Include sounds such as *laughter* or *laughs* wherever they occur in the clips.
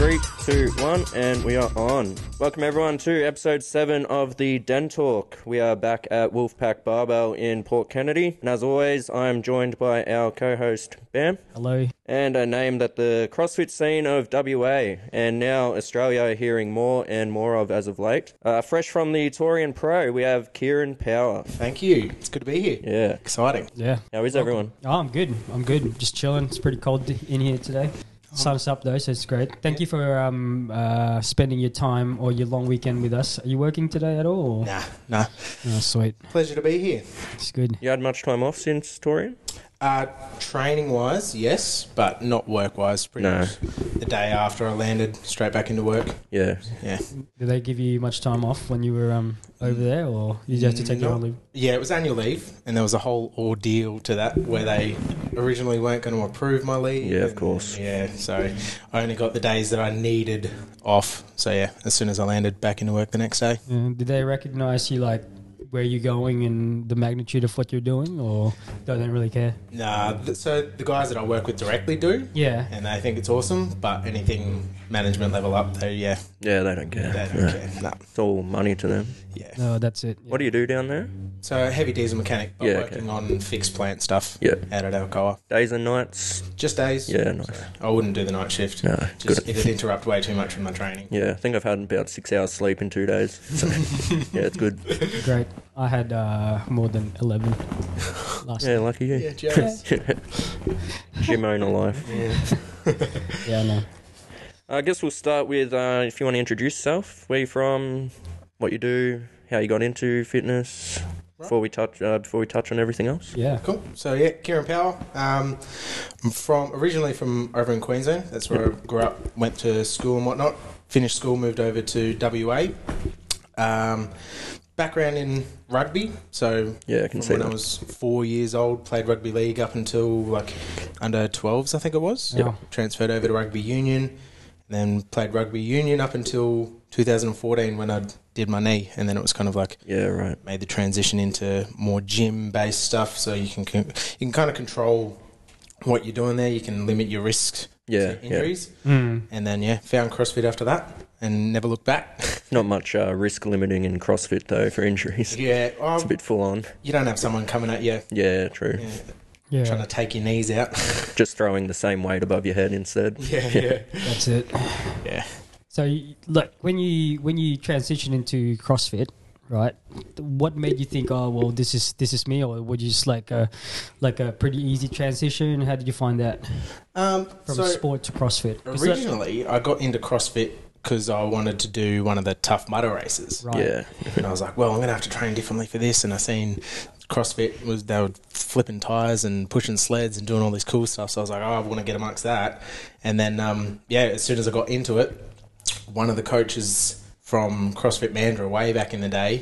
Three, two, one, and we are on. Welcome everyone to episode seven of the Den Talk. We are back at Wolfpack Barbell in Port Kennedy, and as always, I am joined by our co-host Bam Hello. and a name that the CrossFit scene of WA and now Australia are hearing more and more of as of late. Uh, fresh from the Torian Pro, we have Kieran Power. Thank you. It's good to be here. Yeah, Exciting. Yeah. how is everyone? Oh, I'm good. I'm good. Just chilling. It's pretty cold in here today. Um, Sun is up though, so it's great. Thank you for um, uh, spending your time or your long weekend with us. Are you working today at all? Nah, nah. Oh, sweet. Pleasure to be here. It's good. You had much time off since Torian? Uh, training wise, yes, but not work wise. Pretty No. much the day after I landed, straight back into work. Yeah, Yeah. Did they give you much time off when you were um, over there, or you just have to take your No. Mm, own leave? Yeah, it was annual leave, and there was a whole ordeal to that where they originally weren't going to approve my leave. Yeah, of and- course. Yeah, so I only got the days that I needed off. So, yeah, as soon as I landed, back into work the next day. Yeah. Did they recognize you like where you're going and the magnitude of what you're doing, or they don't really care? Nah, th- so the guys that I work with directly do, Yeah. and they think it's awesome, but anything management level up, they, yeah, yeah, they don't care. They don't Yeah. care. No. It's all money to them. Yeah. No, Oh, that's it. What do you do down there? So heavy diesel mechanic, but Yeah, okay. working on fixed plant stuff Yeah. out at Alcoa. Days and nights? Just days. Yeah, nice. I wouldn't do the night shift. No, Just good. it'd interrupt way too much from my training. Yeah, I think I've had about six hours sleep in two days. *laughs* So, yeah, it's good. Great. I had uh, more than *laughs* eleven last. Yeah, lucky you. *laughs* Yeah, jealous. Gym owner life. Yeah, I know. I guess we'll start with uh, if you want to introduce yourself, where you're from, what you do, how you got into fitness, before we touch uh, before we touch on everything else. Yeah. Cool. So yeah, Kieran Powell. Um, I'm from originally from over in Queensland. That's where I grew up. Went to school and whatnot. Finished school, moved over to WA. Um, background in rugby. So Yeah, I can from see when I that. was four years old, played rugby league up until like under 12s, I think it was. Yeah. Transferred over to rugby union, then played rugby union up until 2014 when I did my knee, and then it was kind of like Yeah, right. made the transition into more gym based stuff. So you can con- you can kind of control what you're doing there. You can limit your risks Yeah, to yeah. injuries, Mm. and then yeah, found CrossFit after that, and never looked back. *laughs* Not much uh, risk limiting in CrossFit though for injuries. yeah, It's a um, bit full on. you don't have someone coming at you. Yeah, true. Yeah, Yeah. Trying to take your knees out. *laughs* Just throwing the same weight above your head instead. *laughs* yeah, yeah. That's it. Yeah. So you- look, when you when you transition into CrossFit, right? What made you think, oh well, this is this is me, or would you just like a like a pretty easy transition? How did you find that Um, from so sport to CrossFit? 'Cause that- originally, I got into CrossFit because I wanted to do one of the Tough Mudder races. right. Yeah, And I was like, well, I'm going to have to train differently for this. And I seen CrossFit was they were flipping tires and pushing sleds and doing all this cool stuff. So I was like, oh, I want to get amongst that. And then, um, yeah, as soon as I got into it, one of the coaches from CrossFit Mandra way back in the day,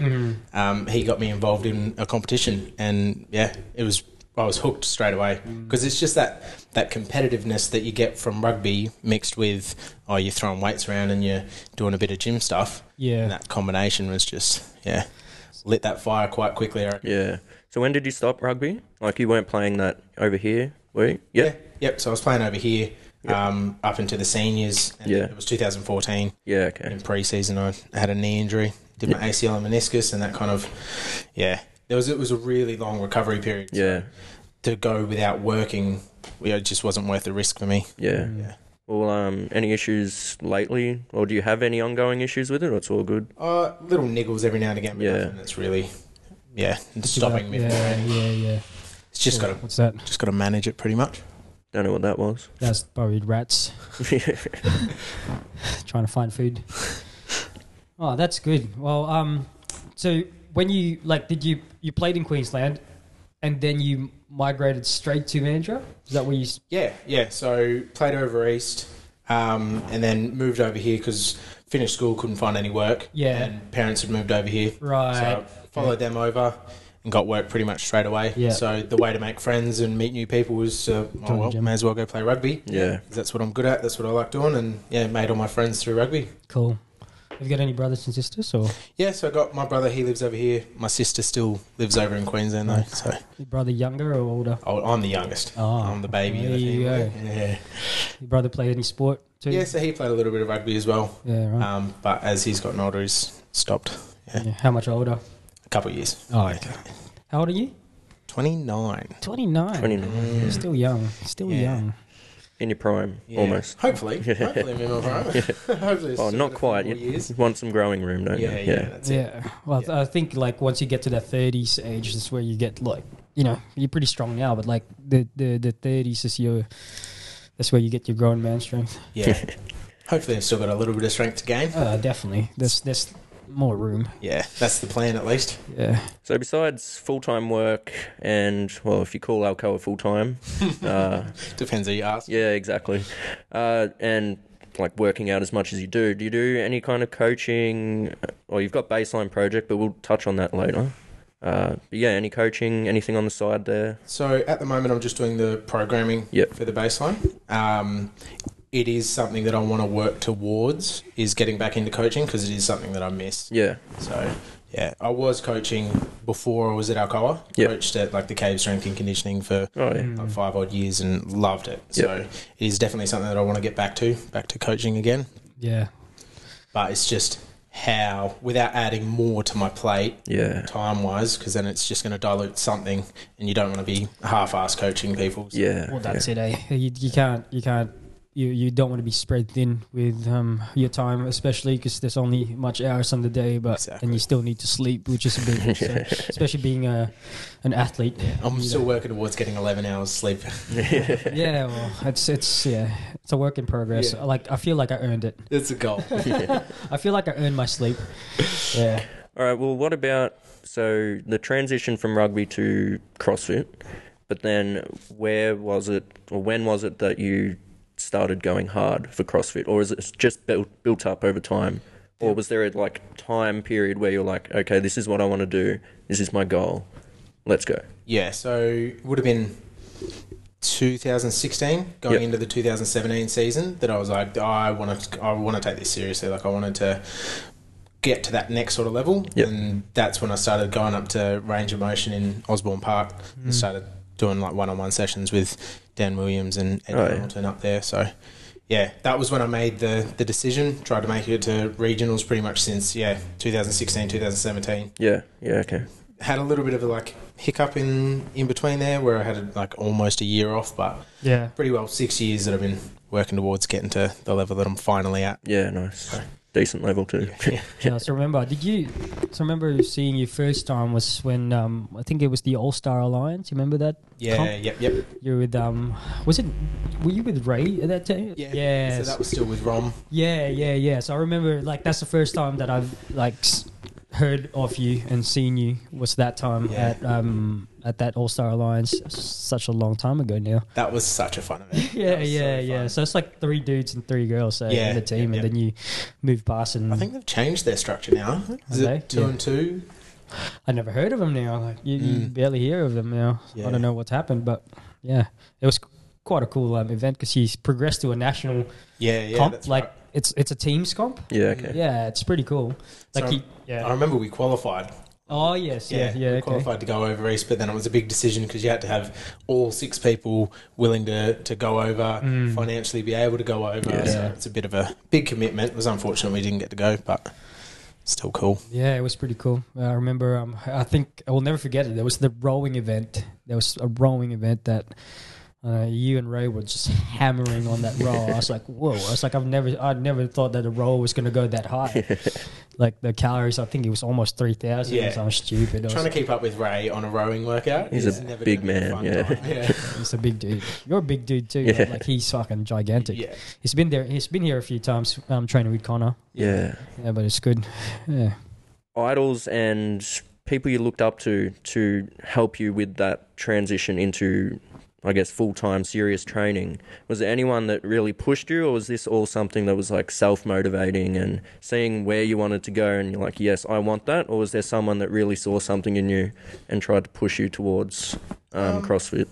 um, he got me involved in a competition, and yeah, it was I was hooked straight away because it's just that that competitiveness that you get from rugby mixed with oh you're throwing weights around and you're doing a bit of gym stuff. Yeah. and that combination was just yeah lit that fire quite quickly. I reckon. yeah. So when did you stop rugby? Like you weren't playing that over here, were you? Yeah, Yep. So I was playing over here. Um, up into the seniors. And Yeah. It was 2014. yeah. Okay. in pre-season I had a knee injury, did my ACL and meniscus, and that kind of yeah. There was it was a really long recovery period. So Yeah, to go without working, yeah, it just wasn't worth the risk for me. yeah. Yeah. Well, um, any issues lately, or do you have any ongoing issues with it? Or it's all good. Uh, little niggles every now and again. But Yeah. nothing that's really yeah stopping me. Yeah, yeah, yeah. It's just got to What's that? just got to manage it pretty much. Don't know what that was. *laughs* That's probably rats *laughs* trying to find *laughs* food. oh, that's good. Well, um, so when you like, did you you played in Queensland, and then you migrated straight to Mandurah? Is that where you? s- Yeah, yeah. So played over east, um, and then moved over here because finished school, couldn't find any work. Yeah. and parents had moved over here. Right. So I followed them over and got work pretty much straight away. Yeah. So the way to make friends and meet new people was, uh, the oh, well, gym. may as well go play rugby. Yeah. 'Cause That's what I'm good at. That's what I like doing, and yeah, made all my friends through rugby. Cool. Have you got any brothers and sisters or Yeah, so I got my brother. He lives over here. My sister still lives over in Queensland though. So your brother younger or older? oh, I'm the youngest. Oh, I'm the baby. of There the you go. family. Yeah. Your brother play any sport too? Yeah. So he played a little bit of rugby as well. Yeah, right. Um, but as he's gotten older, he's stopped yeah. Yeah, How much older? a couple of years. Oh, okay. How old are you? Twenty nine. 29. 29. Mm-hmm. You're still young. Still Yeah. young. In your prime, almost. *laughs* Hopefully. Hopefully, I'm in my prime. *laughs* Hopefully, it's Well, still not got a few quite. more You Years. you want some growing room, don't Yeah, yeah, you? that's it. yeah. Well, I think like once you get to that thirties age, is where you get like you know you're pretty strong now, but like the the the thirties is your that's where you get your grown man strength. Yeah. *laughs* Hopefully, I've still got a little bit of strength to gain. Uh, definitely. There's there's more room. Yeah, that's the plan at least. Yeah. *laughs* So besides full time work and well, if you call Alcoa full time, *laughs* uh, *laughs* Depends who you ask. yeah, exactly, uh, and like working out as much as you do, do you do any kind of coaching? Or you've got baseline project, but we'll touch on that later. Uh, but yeah, any coaching, anything on the side there? So at the moment, I'm just doing the programming Yep. for the baseline. Um, it is something that I want to work towards is getting back into coaching because it is something that I miss. Yeah, So yeah, I was coaching before I was at Alcoa. Yep. Coached at like the Cave Strength and Conditioning for oh yeah, like five odd years and loved it. So it is definitely something that I want to get back to, back to coaching again. Yeah. But it's just how without adding more to my plate yeah, time wise because then it's just going to dilute something and you don't want to be half-ass coaching people so- yeah. Well, that's it, eh? You, you can't, you can't, you, you don't want to be spread thin with um, your time, especially because there's only much hours on the day, but and Exactly. you still need to sleep, which is a big, so, *laughs* especially being a, an athlete. i'm You still working towards getting 11 hours sleep *laughs* know. yeah, well, it's it's yeah, it's a work in progress. Yeah. Like I feel like I earned it. that's a *laughs* goal I feel like I earned my sleep. Yeah. All right. Well, what about so the transition from rugby to CrossFit? But then, where was it, or when was it that you started going hard for CrossFit, or is it just built built up over time, or was there a like time period where you're like, okay, this is what I want to do, this is my goal, let's go. yeah so it would have been 2016 going Yep. into the 2017 season that i was like i want to i want to take this seriously like i wanted to get to that next sort of level Yep. and that's when i started going up to range of motion in osborne park Mm. and started doing like one-on-one sessions with dan williams and ed Oh, yeah. hamilton up there so yeah that was when i made the the decision tried to make it to regionals pretty much since yeah 2016 2017 Yeah. Yeah. Okay. had a little bit of a like hiccup in in between there where I had like almost a year off, but Yeah. pretty well six years that I've been working towards getting to the level that I'm finally at. Yeah. Nice. Decent level too. Yeah, so remember, did you? So remember seeing you first time was when um, I think it was the All Star Alliance. You remember that? *laughs* Yeah, comp? yep, yep. You're with um, was it? Were you with Ray at that time? So Yes. that was still with Rom. yeah, yeah, yeah. So I remember like that's the first time that I've like s- heard of you and seen you was that time Yeah. at um at that All Star Alliance s- such a long time ago now. That was such a fun event. *laughs* That Yeah, was so yeah, fun. yeah. So it's like three dudes and three girls so Yeah, in the yeah, team, yeah. and then you move past and I think they've changed their structure now. Is Have they? it two Yeah. and two? I never heard of them now. Like you, you Mm. barely hear of them now. I Yeah. don't know what's happened, but yeah, it was qu- quite a cool um, event because he's progressed to a national Yeah, yeah. comp. that's Like right. it's it's a teams comp. *laughs* Yeah. Okay. Yeah, it's pretty cool. Like So he, yeah. I remember we qualified. oh yes, yeah, yeah. we okay. qualified to go over East, but then it was a big decision because you had to have all six people willing to, to go over, Mm. financially be able to go over. Yeah. So it's a bit of a big commitment. It was unfortunate we didn't get to go, but still cool. Yeah, it was pretty cool. I remember. Um, I think I will never forget it. There was the rowing event. There was a rowing event that uh, you and Ray were just hammering on that row. I was like, whoa! I was like, I've never, I never thought that a row was going to go that *laughs* high. like the calories, I think it was almost three thousand Yeah. or something stupid. It Trying was, to keep up with Ray on a rowing workout. He's is a never big gonna be a man, fun yeah. *laughs* time. yeah. he's a big dude. You're a big dude too. but, Yeah. like he's fucking gigantic. Yeah. He's been there. He's been here a few times. Um, training with Connor. *laughs* yeah. Yeah, but it's good. *laughs* Yeah. idols and people you looked up to to help you with that transition into I guess full time serious training. Was there anyone that really pushed you or was this all something that was like self motivating and seeing where you wanted to go and you're like, Yes, I want that or was there someone that really saw something in you and tried to push you towards um, CrossFit?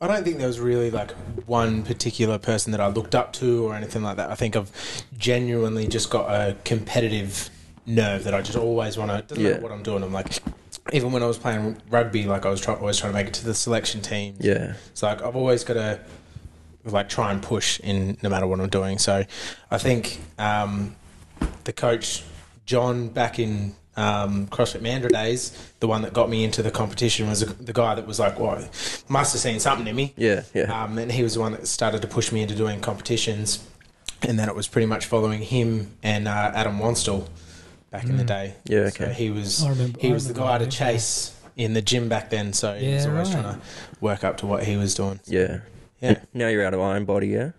I don't think there was really like one particular person that I looked up to or anything like that. I think I've genuinely just got a competitive nerve that I just always want to. Doesn't Yeah. matter what I'm doing. I'm like, even when I was playing rugby, like I was try, always trying to make it to the selection team. Yeah. It's like I've always got to like try and push in no matter what I'm doing. So I think um, the coach John back in um, CrossFit Mandra days, the one that got me into the competition was the guy that was like, "Well, must have seen something in me." Yeah, yeah. Um, and he was the one that started to push me into doing competitions, and then it was pretty much following him and uh, Adam Wanstall back in the day. Mm. Yeah, So okay. he was I remember- he I was the remember guy to him, yeah. chase in the gym back then. So he was Yeah, always right. trying to work up to what he was doing. yeah. Yeah, Now you're out of Iron Body, yeah?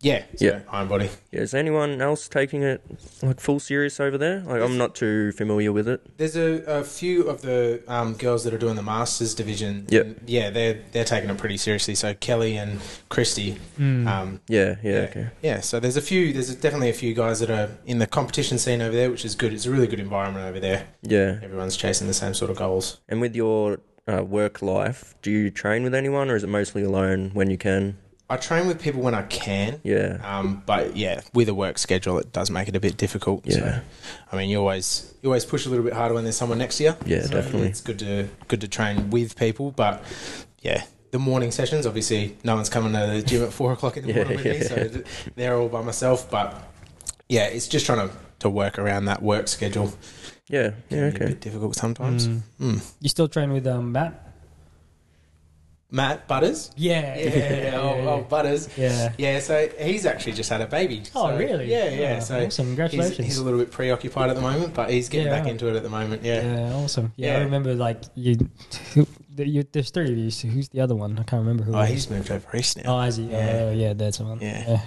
yeah, so Yeah. Iron Body. Yeah, is anyone else taking it like full serious over there? Like I'm not too familiar with it. There's a, a few of the um, girls that are doing the masters division. Yep. And, Yeah, they're they're taking it pretty seriously. So Kelly and Christy. Um, Yeah, yeah, okay. Yeah, so there's a few. There's definitely a few guys that are in the competition scene over there, which is good. It's a really good environment over there. Yeah. Everyone's chasing the same sort of goals. And with your uh, work life, do you train with anyone or is it mostly alone when you can? I train with people when I can. Yeah. Um, but yeah, with a work schedule, it does make it a bit difficult. Yeah. So, I mean, you always you always push a little bit harder when there's someone next to you. Yeah, definitely. It's good to good to train with people, but yeah, the morning sessions. Obviously, no one's coming to the gym at four o'clock in the *laughs* Yeah, morning with me, yeah. so th- they're all by myself. But yeah, it's just trying to to work around that work schedule. Yeah. Yeah, Can be a okay. bit difficult sometimes. Mm. Mm. You still train with um, Matt? Matt Butters. *laughs* Yeah, *laughs* yeah, yeah. oh, yeah, oh, Butters. yeah. Yeah, so he's actually just had a baby. Oh, So- really? Yeah, yeah. Oh, so awesome. He's, Congratulations. he's a little bit preoccupied at the moment, but he's getting Yeah. back into it at the moment. Yeah. yeah. awesome. Yeah, I Yeah. remember like you, *laughs* the- you. There's three of you. So who's the other one? I can't remember who. Oh, it he's is. moved over east now. Oh, is he? Yeah. Oh, yeah, that's the one. Yeah.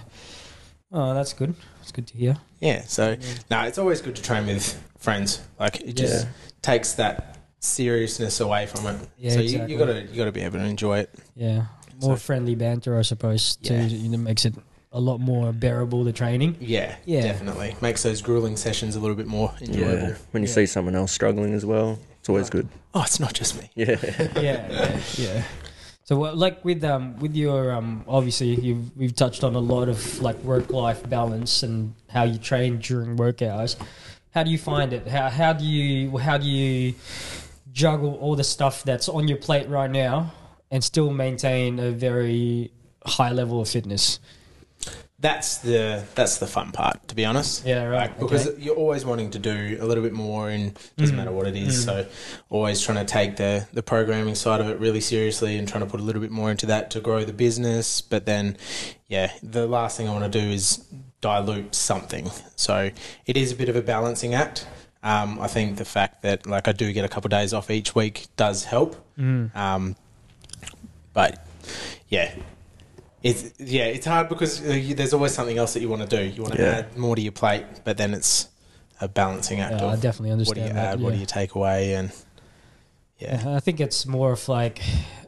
Oh, that's good. That's good to hear. Yeah. So, no, it's always good to train with friends. Like it just Yeah. takes that seriousness away from it. Yeah, so exactly. you, you gotta you gotta be able to enjoy it. Yeah, more So- friendly banter, I suppose. Too Yeah. you know, makes it a lot more bearable the training. Yeah. Yeah. Definitely makes those grueling sessions a little bit more enjoyable. Yeah. When you Yeah. see someone else struggling as well, it's always good. Oh, it's not just me. *laughs* Yeah. yeah, yeah, yeah. So, what, like with um with your um obviously you've we've touched on a lot of like work life balance and how you train during work hours. How do you find it? How how do you how do you juggle all the stuff that's on your plate right now and still maintain a very high level of fitness? That's the that's the fun part, to be honest. Yeah, right. Like, because okay. Mm. you're always wanting to do a little bit more and doesn't matter what it is so always trying to take the the programming side of it really seriously and trying to put a little bit more into that to grow the business but then yeah the last thing i want to do is dilute something so it is a bit of a balancing act um, i think the fact that like i do get a couple of days off each week does help Mm. um, but yeah it's yeah, it's hard because uh, you, there's always something else that you want to do. You want to Yeah. add more to your plate, but then it's a balancing act. Yeah, of I definitely what do you understand that. add? What do yeah. you take away? And yeah, Yeah, I think it's more of like,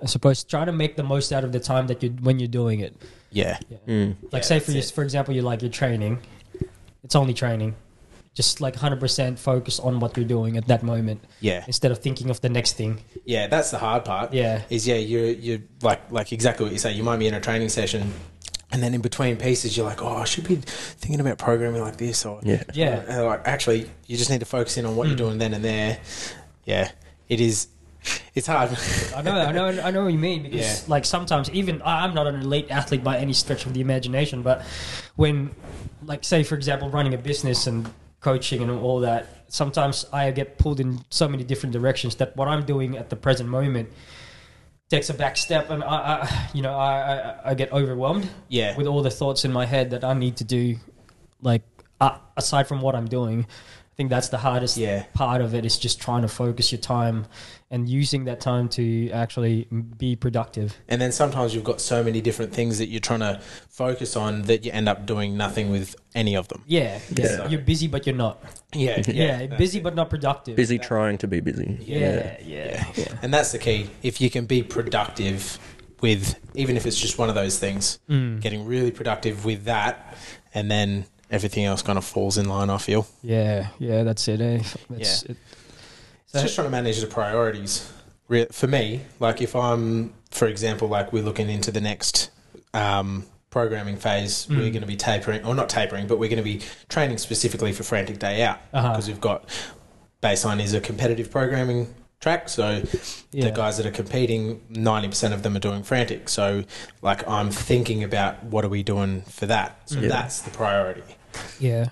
I suppose, trying to make the most out of the time that you when you're doing it. yeah, Mm. Like, Yeah, say for that's you, it. for example, you like you're training. It's only training. Just like hundred percent focus on what you're doing at that moment yeah, instead of thinking of the next thing. yeah. That's the hard part. Yeah. is yeah, you you like like exactly what you say. You might be in a training session. And then in between pieces, you're like, oh, I should be thinking about programming like this, or Yeah. Yeah. Hmm. Uh, like, actually, you just need to focus in on what you're doing then and there. Yeah, it is. It's hard. *laughs* I know, I know, I know what you mean because, Yeah. like, sometimes even I- I'm not an elite athlete by any stretch of the imagination, but when, like, say for example, running a business and coaching and all that, sometimes I get pulled in so many different directions that what I'm doing at the present moment takes a back step, and I, I you know, I, I, I get overwhelmed yeah, with all the thoughts in my head that I need to do, like, uh, aside from what I'm doing. I think that's the hardest yeah. part of it is just trying to focus your time and using that time to actually be productive. And then sometimes you've got so many different things that you're trying to focus on that you end up doing nothing with any of them. Yeah, Yeah. yeah. you're busy but you're not. Yeah, Yeah, that's busy it. but not productive. Busy trying to be busy. Yeah, yeah, yeah. And that's the key. If you can be productive with, even if it's just one of those things, Mm. getting really productive with that, and then everything else kind of falls in line. I feel Yeah, yeah, that's it. Eh? That's It. it's just trying to manage the priorities. re- for me, like if I'm, for example, like we're looking into the next um, programming phase, Mm. we're going to be tapering, or not tapering, but we're going to be training specifically for Frantic Day Out Uh-huh. because we've got baseline is a competitive programming track, so Yeah. the guys that are competing, ninety percent of them are doing Frantic. So, like, I'm thinking about what are we doing for that? So Yeah. that's the priority. Yeah.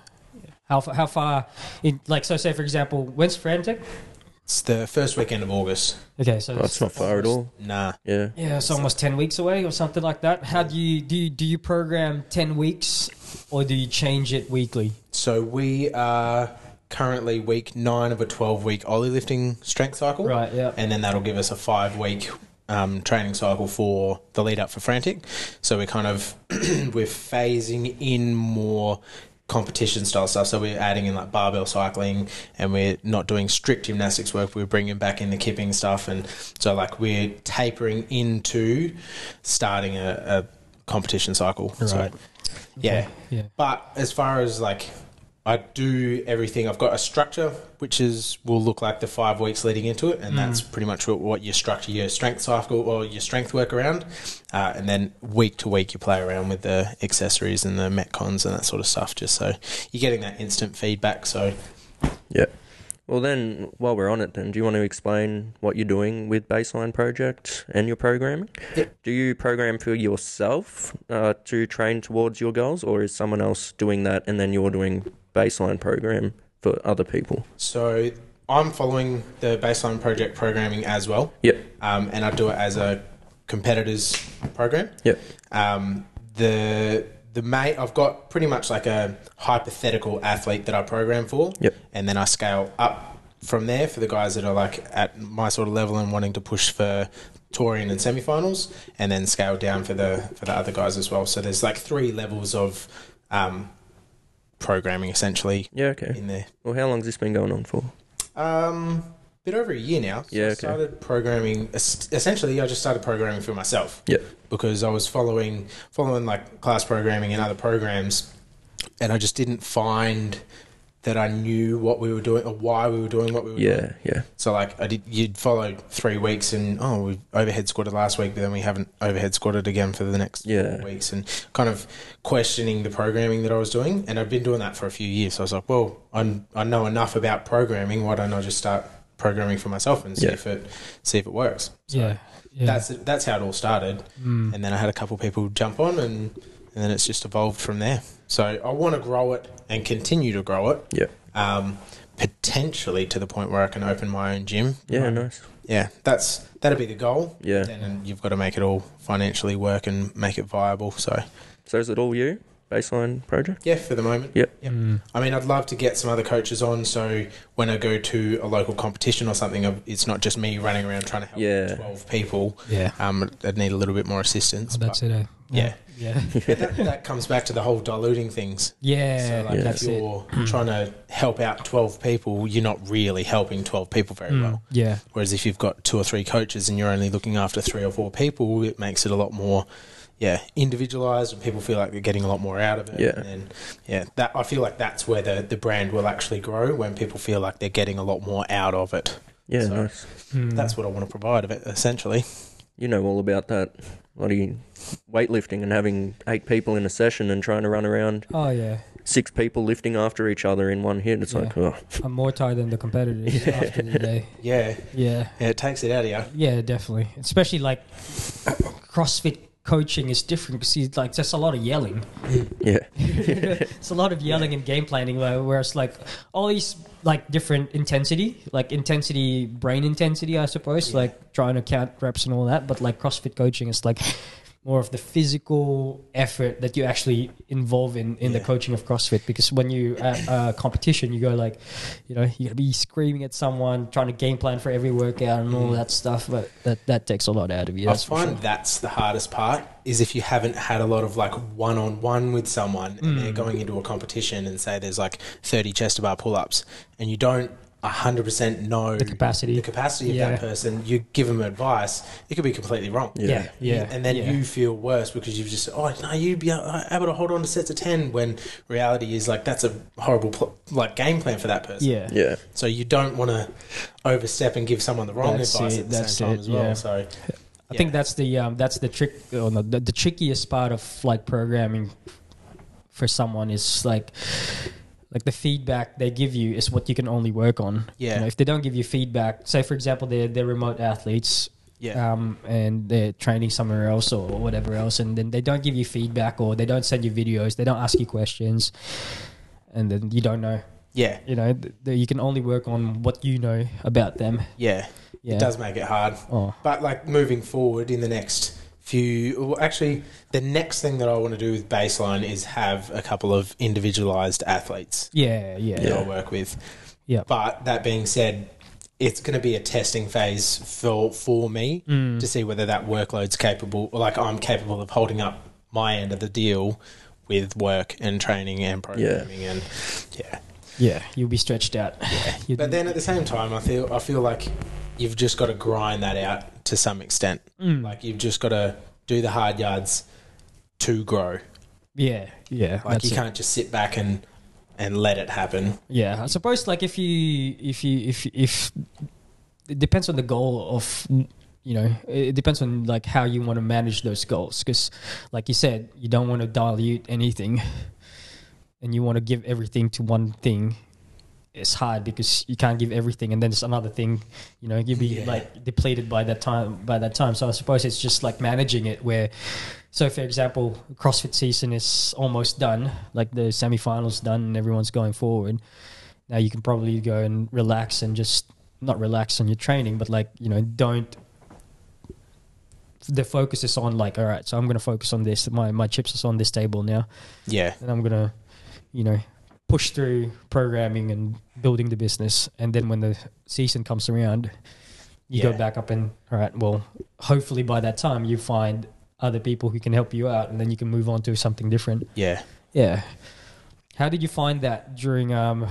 How far, how far in like so say for example when's frantic It's the first weekend of August. okay so Oh, it's not far at all. Nah. Yeah. yeah it's almost 10 weeks away or something like that how do you do you, do you program 10 weeks or do you change it weekly So we are currently week nine of a 12 week ollie lifting strength cycle. right yeah And then that'll give us a five week um, training cycle for the lead up for Frantic. So we're kind of, *clears throat* we're phasing in more competition style stuff. So we're adding in like barbell cycling and we're not doing strict gymnastics work. We're bringing back in the kipping stuff. And so like we're tapering into starting a, a competition cycle. So, Right. yeah. yeah But as far as like, I do everything. I've got a structure, which is will look like the five weeks leading into it, and Hmm. that's pretty much what, what you structure your strength cycle or your strength work around. Uh, and then week to week, you play around with the accessories and the metcons and that sort of stuff, just so you're getting that instant feedback. So Yeah. Well, then, while we're on it, then, do you want to explain what you're doing with Baseline Project and your programming? Do you program for yourself uh, to train towards your goals, or is someone else doing that and then you're doing Baseline Program for other people? So I'm following the baseline project programming as well. Yep. Um, and I do it as a competitors program. Yep. Um, the the mate I've got pretty much like a hypothetical athlete that I program for. Yep. And then I scale up from there for the guys that are like at my sort of level and wanting to push for touring and semifinals, and then scale down for the for the other guys as well. So there's like three levels of um, programming essentially Yeah, okay. in there. Well, how long's this been going on for? Um, bit over a year now. So Yeah, I okay. started programming. es- Essentially, I just started programming for myself. Yep. Because I was following following like class programming and other programs, and I just didn't find that I knew what we were doing or why we were doing what we were doing. Yeah, yeah. So like I did, you'd follow three weeks and oh we overhead squatted last week, but then we haven't overhead squatted again for the next Yeah. four weeks, and kind of questioning the programming that I was doing. And I've been doing that for a few years. So I was like, well, I I know enough about programming. Why don't I just start programming for myself and see Yeah. if it see if it works? So yeah yeah that's that's how it all started. And then I had a couple people jump on, and and then it's just evolved from there. So I want to grow it and continue to grow it Yeah. um, potentially to the point where I can open my own gym. Yeah, nice. Yeah, that's that'd be the goal. Yeah. Then and you've got to make it all financially work and make it viable. So So is it all you? Baseline *laughs* Project? yeah, for the moment. Yep. Yep. I mean, I'd love to get some other coaches on. So when I go to a local competition or something, I've- it's not just me running around trying to help Yeah. twelve people. yeah Um, I'd need a little bit more assistance. that's it eh? Yeah. yeah but that, that comes back to the whole diluting things. yeah So like that's if it you're trying to help out twelve people, you're not really helping twelve people very Mm, well. yeah Whereas if you've got two or three coaches and you're only looking after three or four people, it makes it a lot more, yeah, individualized, and people feel like they're getting a lot more out of it. Yeah. and then, yeah. That I feel like that's where the the brand will actually grow when people feel like they're getting a lot more out of it. Yeah, So- nice. Mm. That's what I want to provide of it essentially. You know all about that bloody weightlifting and having eight people in a session and trying to run around oh yeah six people lifting after each other in one hit. It's Yeah. like, oh, i'm more tired than the competitors *laughs* after the day Yeah, yeah yeah. It takes it out of you. Yeah, definitely. Especially like CrossFit coaching is different because you like there's a lot of yelling. yeah, *laughs* it's a lot of yelling and game planning. Where, where it's like all these like different intensity, like intensity, brain intensity, I suppose. Like trying to count reps and all that. But like CrossFit coaching is like more of the physical effort that you actually involve in in the Yeah. coaching of CrossFit because when you at a competition you go like you know you gotta be screaming at someone trying to game plan for every workout and all that stuff but that that takes a lot out of you I that's for find sure. that's the hardest part is if you haven't had a lot of like one on one with Hmm. someone and they're going into a competition and say there's like 30 chest to bar pull ups and you don't hundred percent know The capacity. the capacity of Yeah. that person. You give them advice, you could be completely wrong. Yeah, yeah, And then yeah. you feel worse because you've just oh no, you'd be able to hold on to sets of ten when reality is like that's a horrible pl- like game plan for that person. yeah, Yeah. So you don't want to overstep and give someone the wrong That's advice it, at the that's same time it, as well. yeah. So I think that's the um, that's the trick or no, the, the trickiest part of like programming for someone is like like the feedback they give you is what you can only work on. Yeah. You know, if they don't give you feedback, say for example they're they're remote athletes. Yeah. Um, and they're training somewhere else or whatever else, and then they don't give you feedback or they don't send you videos, they don't ask you questions, and then you don't know. yeah, You know, th- th- you can only work on what you know about them. yeah, Yeah. it does make it hard. Oh. But like moving forward in the next few, well, actually, the next thing that I want to do with baseline is have a couple of individualized athletes Yeah, yeah, that yeah. I work with. Yeah. But that being said, it's going to be a testing phase for for me Mm. to see whether that workload's capable, or like I'm capable of holding up my end of the deal with work and training and programming and yeah. You'll be stretched out. *laughs* You'll But be- then at the same time, I feel I feel like you've just got to grind that out to some extent. Mm. Like you've just got to do the hard yards to grow. yeah, yeah. Like that's you it. can't just sit back and and let it happen. Yeah, I suppose like if you if you if if it depends on the goal of you know it depends on like how you want to manage those goals because like you said you don't want to dilute anything and you want to give everything to one thing it's hard because you can't give everything and then it's another thing you know you'll be Yeah. like depleted by that time by that time so i suppose it's just like managing it where so for example crossfit season is almost done like the semifinals done and everyone's going forward now you can probably go and relax and just not relax on your training but like you know don't the focus is on like all right so i'm going to focus on this my my chips is on this table now Yeah. and I'm gonna, you know, push through programming and building the business. And then when the season comes around, you Yeah. go back up and all right. Well, hopefully by that time you find other people who can help you out, and then you can move on to something different. Yeah. Yeah. How did you find that during um,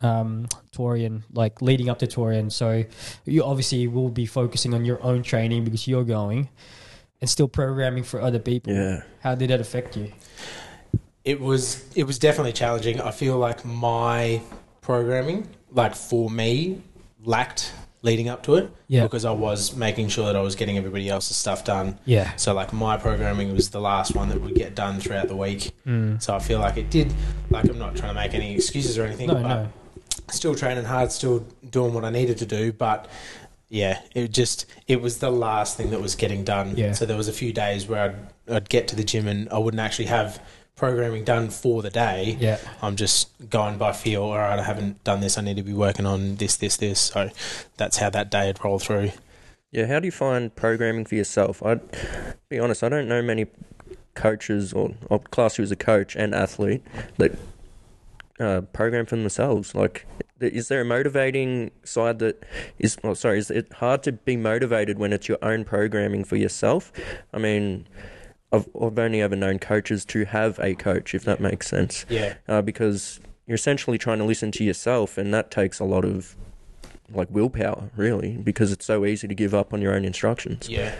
um, Torian, like leading up to Torian? So you obviously will be focusing on your own training because you're going and still programming for other people. Yeah. How did that affect you? It was it was definitely challenging. I feel like my programming, like for me, lacked leading up to it. Yeah. Because I was making sure that I was getting everybody else's stuff done. Yeah. So like my programming was the last one that would get done throughout the week. Mm. So I feel like it did. Like I'm not trying to make any excuses or anything, No, but no. still training hard, still doing what I needed to do. But yeah, it just it was the last thing that was getting done. Yeah. So there was a few days where I'd I'd get to the gym and I wouldn't actually have programming done for the day. Yeah. I'm just going by feel. All right, I haven't done this. I need to be working on this, this, this. So that's how that day had rolled through. Yeah, how do you find programming for yourself? I'd be honest, I don't know many coaches or I'll class you as a coach and athlete that uh, program for themselves. Like, th- is there a motivating side that is? Oh, sorry, is it hard to be motivated when it's your own programming for yourself? I mean, I've, I've only ever known coaches to have a coach, if that makes sense, Yeah. uh, because you're essentially trying to listen to yourself, and that takes a lot of like willpower, really, because it's so easy to give up on your own instructions. Yeah,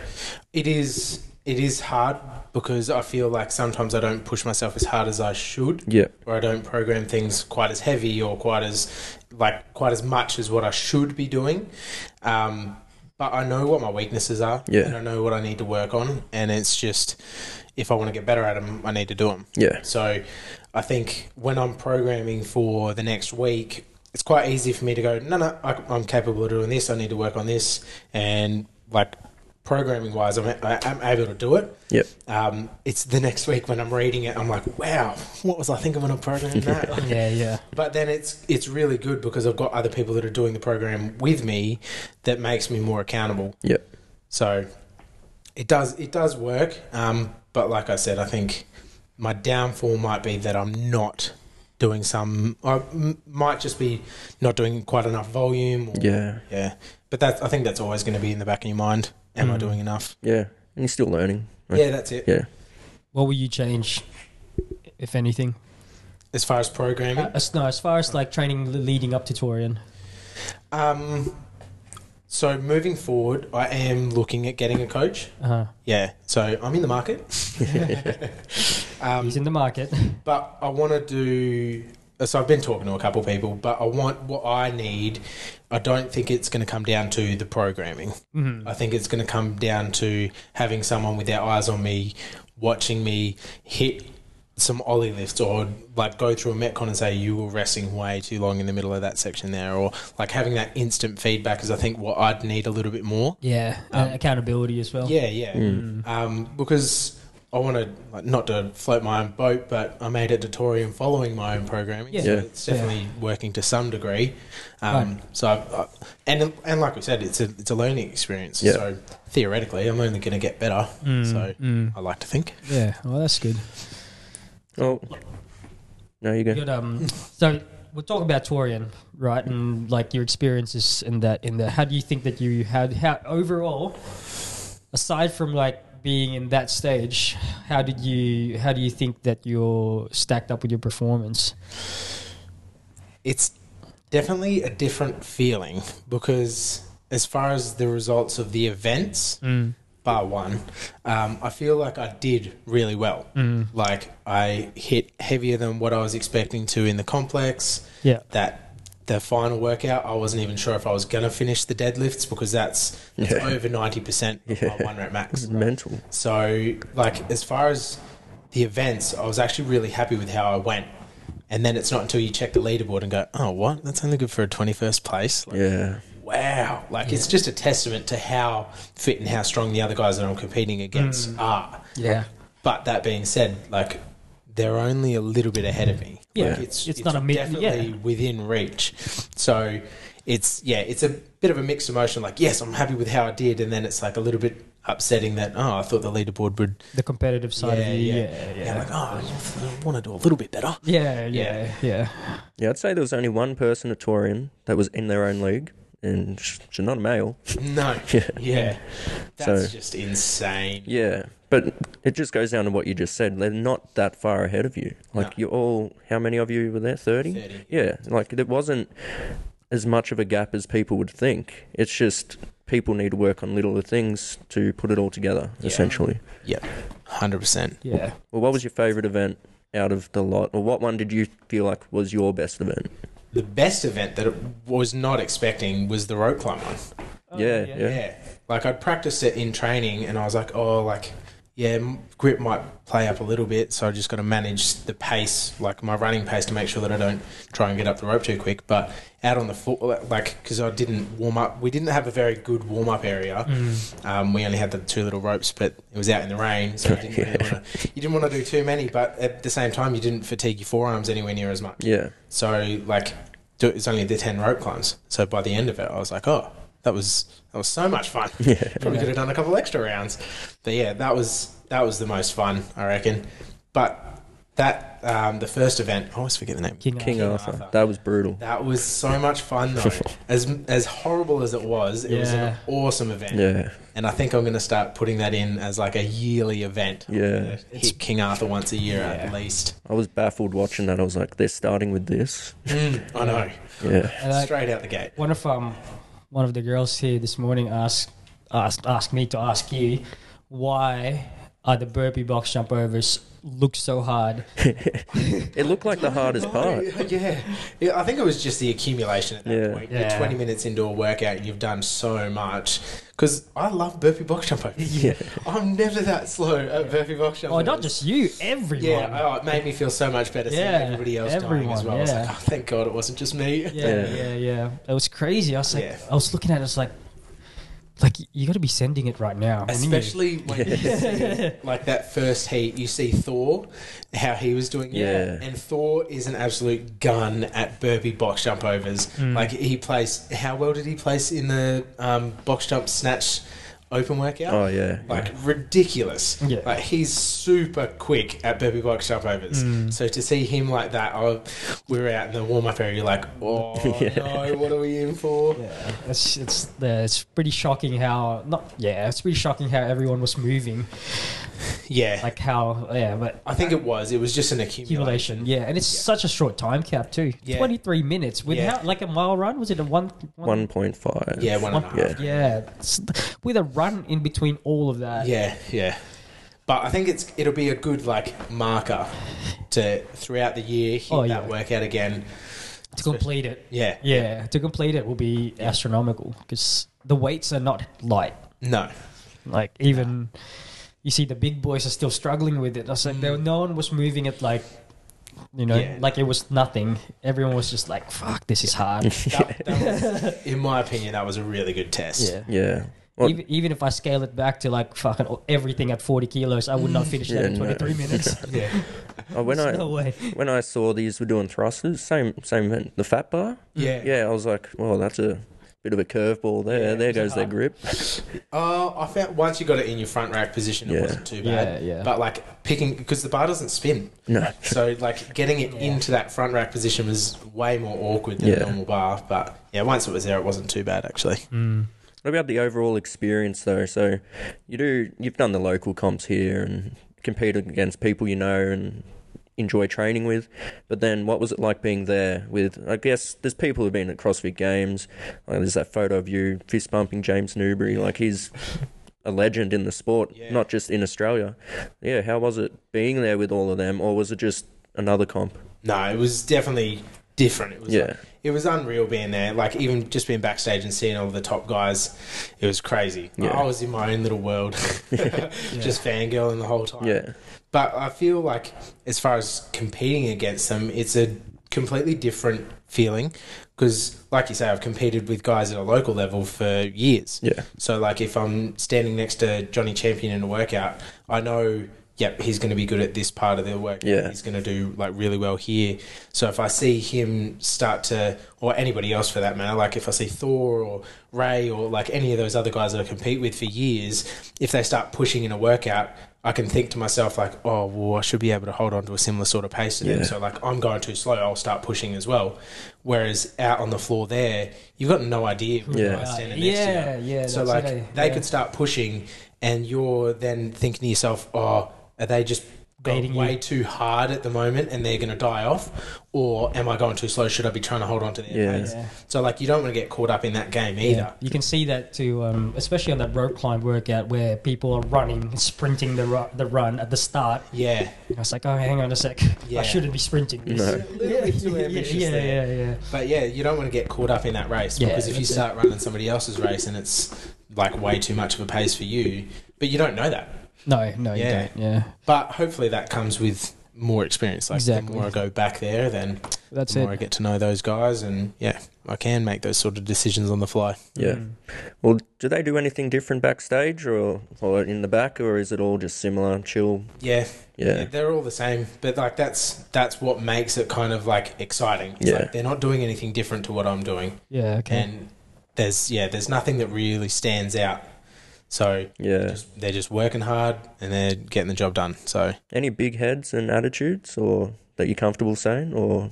it is. It is hard because I feel like sometimes I don't push myself as hard as I should, Yeah, or I don't program things quite as heavy or quite as like quite as much as what I should be doing. Um, but I know what my weaknesses are, Yeah. and I know what I need to work on, and it's just if I want to get better at them, I need to do them. yeah, So I think when I'm programming for the next week, it's quite easy for me to go, no, no, I, I'm capable of doing this. I need to work on this. And like programming wise, I'm, I, I'm able to do it. yeah, Um, it's the next week when I'm reading it, I'm like, wow, what was I thinking when *laughs* I programmed that? Yeah, yeah. But then it's it's really good because I've got other people that are doing the program with me that makes me more accountable. yeah, So it does it does work. Um, but like I said, I think my downfall might be that I'm not doing some. I m- might just be not doing quite enough volume. Or, yeah, yeah. But that's I think that's always going to be in the back of your mind. Am I doing enough? yeah. And you're still learning. Mm. right? Yeah, that's it. yeah, What will you change, if anything? As far as programming, Uh, As, no, as far as like training le- leading up to Torian. Um, so moving forward, I am looking at getting a coach. Uh, Yeah. So I'm in the market. um, he's in the market. but I want to do. So I've been talking to a couple people, but I want what I need. I don't think it's going to come down to the programming. Mhm. I think it's going to come down to having someone with their eyes on me, watching me hit some ollie lifts or like go through a metcon and say you were resting way too long in the middle of that section there, or like having that instant feedback is I think what I'd need a little bit more. Yeah, and accountability as well. Yeah, yeah. Mm. Um, because I want to like, not to float my own boat, but I made it tutorial following my own programming. Yeah. so Yeah. it's definitely working to some degree. Um, So, I, I, and and like we said, it's a it's a learning experience. Yeah. So theoretically, I'm only going to get better. So Mm. I like to think. Yeah, well, that's good. Oh. No, you go. Good. Um, so we're talking about Torian, right? And like your experiences in that. In that, how do you think that you had? How overall, aside from like being in that stage, how did you? How do you think that you're stacked up with your performance? it's definitely a different feeling because as far as the results of the events bar one um, i feel like i did really well like i hit heavier than what i was expecting to in the complex Yeah. that the final workout i wasn't even sure if i was going to finish the deadlifts because that's, that's Yeah. over 90% of my one rep max It's mental. so, like, as far as the events, I was actually really happy with how I went. And then it's not until you check the leaderboard and go, oh, what? That's only good for a 21st place. Like, Yeah. Wow. Like, it's just a testament to how fit and how strong the other guys that I'm competing against Mm. are. Yeah. But that being said, like, they're only a little bit ahead of me. Yeah. Like, it's, It's not a mid- definitely yeah. within reach. So it's yeah, it's a bit of a mixed emotion. Like yes, I'm happy with how I did, and then it's like a little bit upsetting that oh, I thought the leaderboard would The competitive side yeah, of you. yeah, Yeah. Yeah, Yeah. like, oh, I want to do a little bit better. Yeah. Yeah. Yeah. Yeah, I'd say there was only one person at Torian that was in their own league, and sh- she's not a male. *laughs* *laughs* No. Yeah. Yeah. That's So- just insane. Yeah, but it just goes down to what you just said. They're not that far ahead of you. Like No. you're all, how many of you were there? Thirty. 30. Yeah, like there wasn't as much of a gap as people would think. It's just people need to work on littler things to put it all together, Yeah. essentially. Yep. 100%. yeah. Well, what was your favorite event out of the lot, or what one did you feel like was your best event? The best event that I was not expecting was the rope climb one. Oh, yeah, yeah. yeah, Yeah. Like I'd practiced it in training and I was like, oh, like, yeah, m- grip might play up a little bit. So I just got to manage the pace, like my running pace to make sure that I don't try and get up the rope too quick. But out on the foot, uh, like, because I didn't warm up, we didn't have a very good warm up area. Um, we only had the two little ropes, but it was out in the rain. So you didn't, really wanna, you didn't want to do too many, but at the same time, you didn't fatigue your forearms anywhere near as much. yeah. So like, do- it's only the ten rope climbs. So by the end of it, I was like, oh, that was that was so *laughs* much fun. Probably could have done a couple extra rounds, but yeah, that was that was the most fun, I reckon. But that um, the first event, I always forget the name. King. King, King. Arthur. Arthur. That was brutal. That was so much fun though. as as horrible as it was, it was Yeah. an awesome event. Yeah, And I think I'm going to start putting that in as like a yearly event. I'm Yeah. gonna hit King Arthur once a year at Yeah. least. I was baffled watching that. I was like, they're starting with this. Mm, I know, Yeah. *laughs* And, like, straight out the gate. One of um, one of the girls here this morning asked asked asked me to ask you why are the burpee box jump overs look so hard? It looked like the hardest part. Oh, yeah. yeah, I think it was just the accumulation at that Yeah. point. Yeah. You're 20 minutes into a workout and you've done so much. Because I love burpee box jump *laughs* overs. Yeah. I'm never that slow at burpee box jump Oh, overs. not just you, everyone. Yeah, oh, it made me feel so much better seeing Yeah, everybody else dying as everyone, well. I was like, yeah. oh, thank God it wasn't just me. yeah, Yeah. yeah, yeah, It was crazy. I was like, Yeah. I was looking at it, I was like, like you got to be sending it right now, and you- Especially when you see, like that first heat, you see Thor, how he was doing Yeah. it. And Thor is an absolute gun at burpee box jump overs. Mm. Like he plays, how well did he place in the um, box jump snatch open workout? Oh yeah. Like ridiculous. Yeah. Like he's super quick at burpee box jump overs. Mm. So to see him like that, oh, we were out in the warm up area, you're like, oh *laughs* no, what are we in for? Yeah, it's it's uh, it's pretty shocking how not yeah, it's pretty shocking how everyone was moving. Yeah. like how yeah, but I think it was. It was just an accumulation. accumulation. Yeah, and it's such a short time cap too. Yeah. Twenty three minutes with Yeah. how, like a mile run was it a one one- One point five. Yeah, one and a half. Yeah. yeah it's- with a run in between all of that. Yeah, yeah. But I think it's it'll be a good like marker to throughout the year hit Oh, that yeah. workout again. to complete it. Yeah. Yeah, to complete it will be astronomical because the weights are not light. No. Like even you see the big boys are still struggling with it. I was like, there, no one was moving it like you know, Mm. Yeah. like it was nothing. Everyone was just like, "Fuck, this is hard." That, that *laughs* was, in my opinion, that was a really good test. yeah. *laughs* *laughs* Yeah. Well, Even, even if I scale it back to like fucking all- everything at 40 kilos, I *laughs* would not finish that Yeah, in no. 23 minutes. Yeah. oh, when There's I *laughs* no way. when I saw these were doing thrusters, same same thing, the fat bar. Yeah. Yeah, I was like, well, that's a bit of a curveball there. Yeah, there it's goes their hard. grip. Oh, I found once you got it in your front rack position, it Yeah. wasn't too Yeah, bad. yeah. But like picking because the bar doesn't spin, No. so like getting it into that front rack position was way more awkward than Yeah. a normal bar. But yeah, once it was there, it wasn't too bad actually. What about the overall experience though? So you do you've done the local comps here and competed against people you know and enjoy training with. But then what was it like being there with I guess there's people who've been at CrossFit games. Like there's that photo of you fist bumping James Newbury, like he's a legend in the sport, Yeah. not just in Australia. Yeah, how was it being there with all of them or was it just another comp? No, it was definitely different. It was Yeah. it was unreal being there. Like even just being backstage and seeing all the top guys, it was crazy. Yeah. I was in my own little world, *laughs* just fangirling the whole time. Yeah. But I feel like as far as competing against them, it's a completely different feeling because, like you say, I've competed with guys at a local level for years. Yeah. So like if I'm standing next to Johnny Champion in a workout, I know yep, he's going to be good at this part of the workout. Yeah. He's going to do like really well here. So if I see him start to or anybody else for that matter, like if I see Thor or Ray or like any of those other guys that I compete with for years, if they start pushing in a workout, I can think to myself like, oh, well, I should be able to hold on to a similar sort of pace to them. Yeah. So like I'm going too slow, I'll start pushing as well. Whereas out on the floor there, you've got no idea who the Yeah. guy's standing Yeah, next to you. yeah, So that's like it, eh? they Yeah. could start pushing, and you're then thinking to yourself, "Oh, are they just going Baiting way you. too hard at the moment, and they're going to die off, or am I going too slow? Should I be trying to hold on to their Yeah. pace?" Yeah. So like you don't want to get caught up in that game Yeah, either. you can see that too, um, especially on that rope climb workout where people are running, sprinting the ru- the run at the start. Yeah, I was like, oh, hang on a sec, Yeah. I shouldn't be sprinting this. No. A little bit *laughs* too yeah, ambitious yeah, yeah, there. yeah. but yeah, you don't want to get caught up in that race Yeah, because if you that's it. start running somebody else's race and it's like way too much of a pace for you, but you don't know that. No, no, you Yeah. don't. Yeah, But hopefully that comes with more experience. Like Exactly. the more I go back there, then that's the more I it. get to know those guys, and yeah, I can make those sort of decisions on the fly. Yeah. Mm-hmm. Well, do they do anything different backstage or or in the back or is it all just similar, chill? Yeah, Yeah. they're all the same, but like that's that's what makes it kind of like exciting. It's Yeah. like they're not doing anything different to what I'm doing, Yeah, okay. and there's yeah, there's nothing that really stands out. So Yeah. just, they're just working hard and they're getting the job done. So Any big heads and attitudes, or that you're comfortable saying, or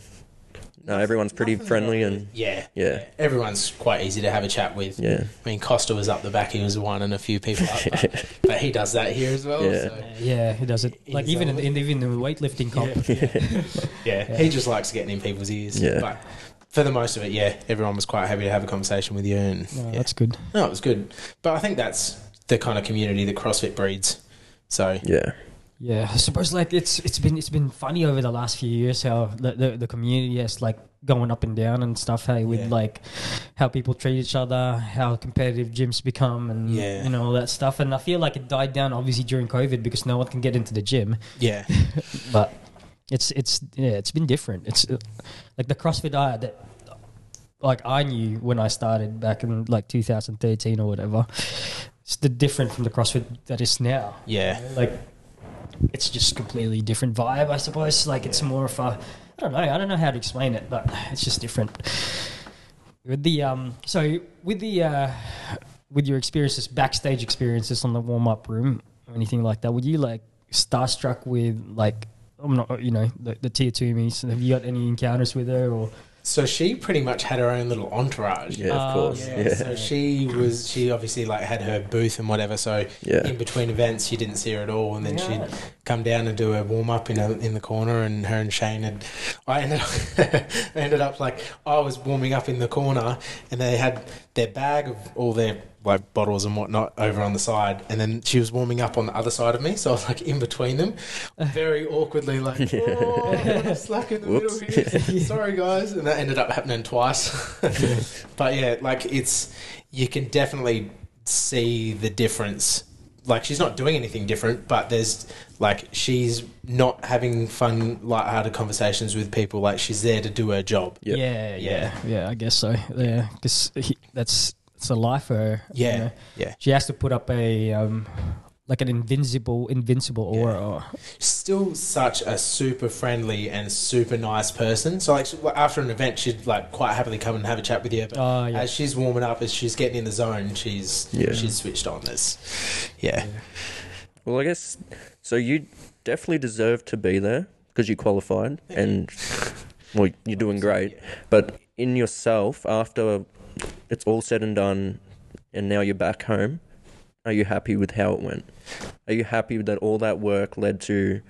no, everyone's pretty nothing friendly and yeah, yeah, everyone's quite easy to have a chat with. yeah, I mean, Costa was up the back; he was one, and a few people up, *laughs* but, but he does that here as well. Yeah. So. yeah, he does it. In Like his even in, own- in even in the weightlifting comp. *laughs* Yeah, he just likes getting in people's ears. Yeah. But for the most of it, yeah, everyone was quite happy to have a conversation with you, and No, yeah. that's good. no, it was good. But I think that's the kind of community that CrossFit breeds. So yeah, Yeah, I suppose like it's it's been it's been funny over the last few years how the the, the community has like going up and down and stuff. Hey, with Yeah. like how people treat each other, how competitive gyms become, and Yeah. you know all that stuff. And I feel like it died down obviously during COVID because no one can get into the gym. yeah, But it's it's yeah, it's been different. It's uh, like the CrossFit diet that like I knew when I started back in like 2013 or whatever. It's the different from the CrossFit that is now yeah, like it's just completely different vibe i suppose like it's more of a i don't know i don't know how to explain it but it's just different with the um so with the uh with your experiences backstage experiences on the warm-up room or anything like that would you like starstruck with like i'm not you know the, the tier two me's have you got any encounters with her or So she pretty much had her own little entourage. Yeah, of Uh, course. Yeah, Yeah. So she was. She obviously like had her booth and whatever. So Yeah. in between events, you didn't see her at all, and then Yeah. she'd come down and do her warm up in a, in the corner. And her and Shane had. I ended up. *laughs* I ended up like I was warming up in the corner, and they had their bag of all their like bottles and whatnot over on the side, and then she was warming up on the other side of me. So I was like in between them, very awkwardly, *laughs* like oh, I'm slack in the Whoops. middle here. Sorry guys, and that ended up happening twice. *laughs* But yeah, like it's you can definitely see the difference. Like she's not doing anything different, but there's like she's not having fun, light-hearted conversations with people. Like she's there to do her job. Yep. Yeah, yeah, Yeah. yeah. I guess so. Yeah, because that's it's a life for her. you Yeah, know. yeah. She has to put up a um, like an invincible, invincible aura. Or, Still such a super friendly and super nice person. So like she- after an event, she'd like quite happily come and have a chat with you. But Oh, yeah. as she's warming up, as she's getting in the zone, she's Yeah. she's switched on. This, yeah. Well, I guess so. You definitely deserve to be there because you qualified, and well, you're doing great. But in yourself, after it's all said and done, and now you're back home, are you happy with how it went? Are you happy that all that work led to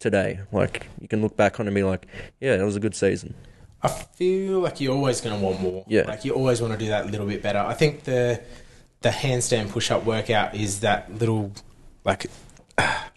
today? Like you can look back on it and be like, yeah, it was a good season. I feel like you're always going to want more. Yeah. Like you always want to do that little bit better. I think the the handstand push up workout is that little like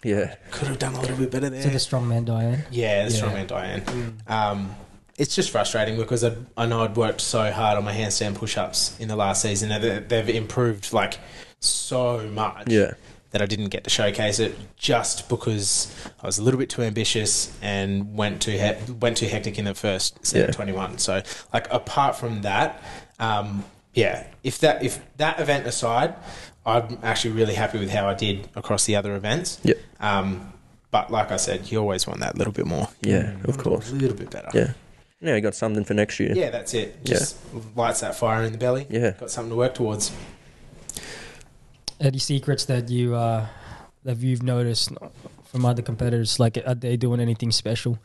Yeah, could have done a little bit better there. So the strong man Diane. yeah, the Yeah. strongman Diane. Um, it's just frustrating because I, I know I'd worked so hard on my handstand push ups in the last season and they- they've improved like so much yeah, that I didn't get to showcase it just because I was a little bit too ambitious and went too he- went too hectic in the first set Yeah. of 21. So like apart from that, um, yeah, if that if that event aside, I'm actually really happy with how I did across the other events. Yeah. Um, but like I said, you always want that little bit more. yeah, of course. A little bit better. Yeah, now you got something for next year. Mm. Yeah, that's it. Just lights that fire in the belly. yeah. Got something to work towards. Any secrets that you uh, that you've noticed from other competitors? Like, are they doing anything special?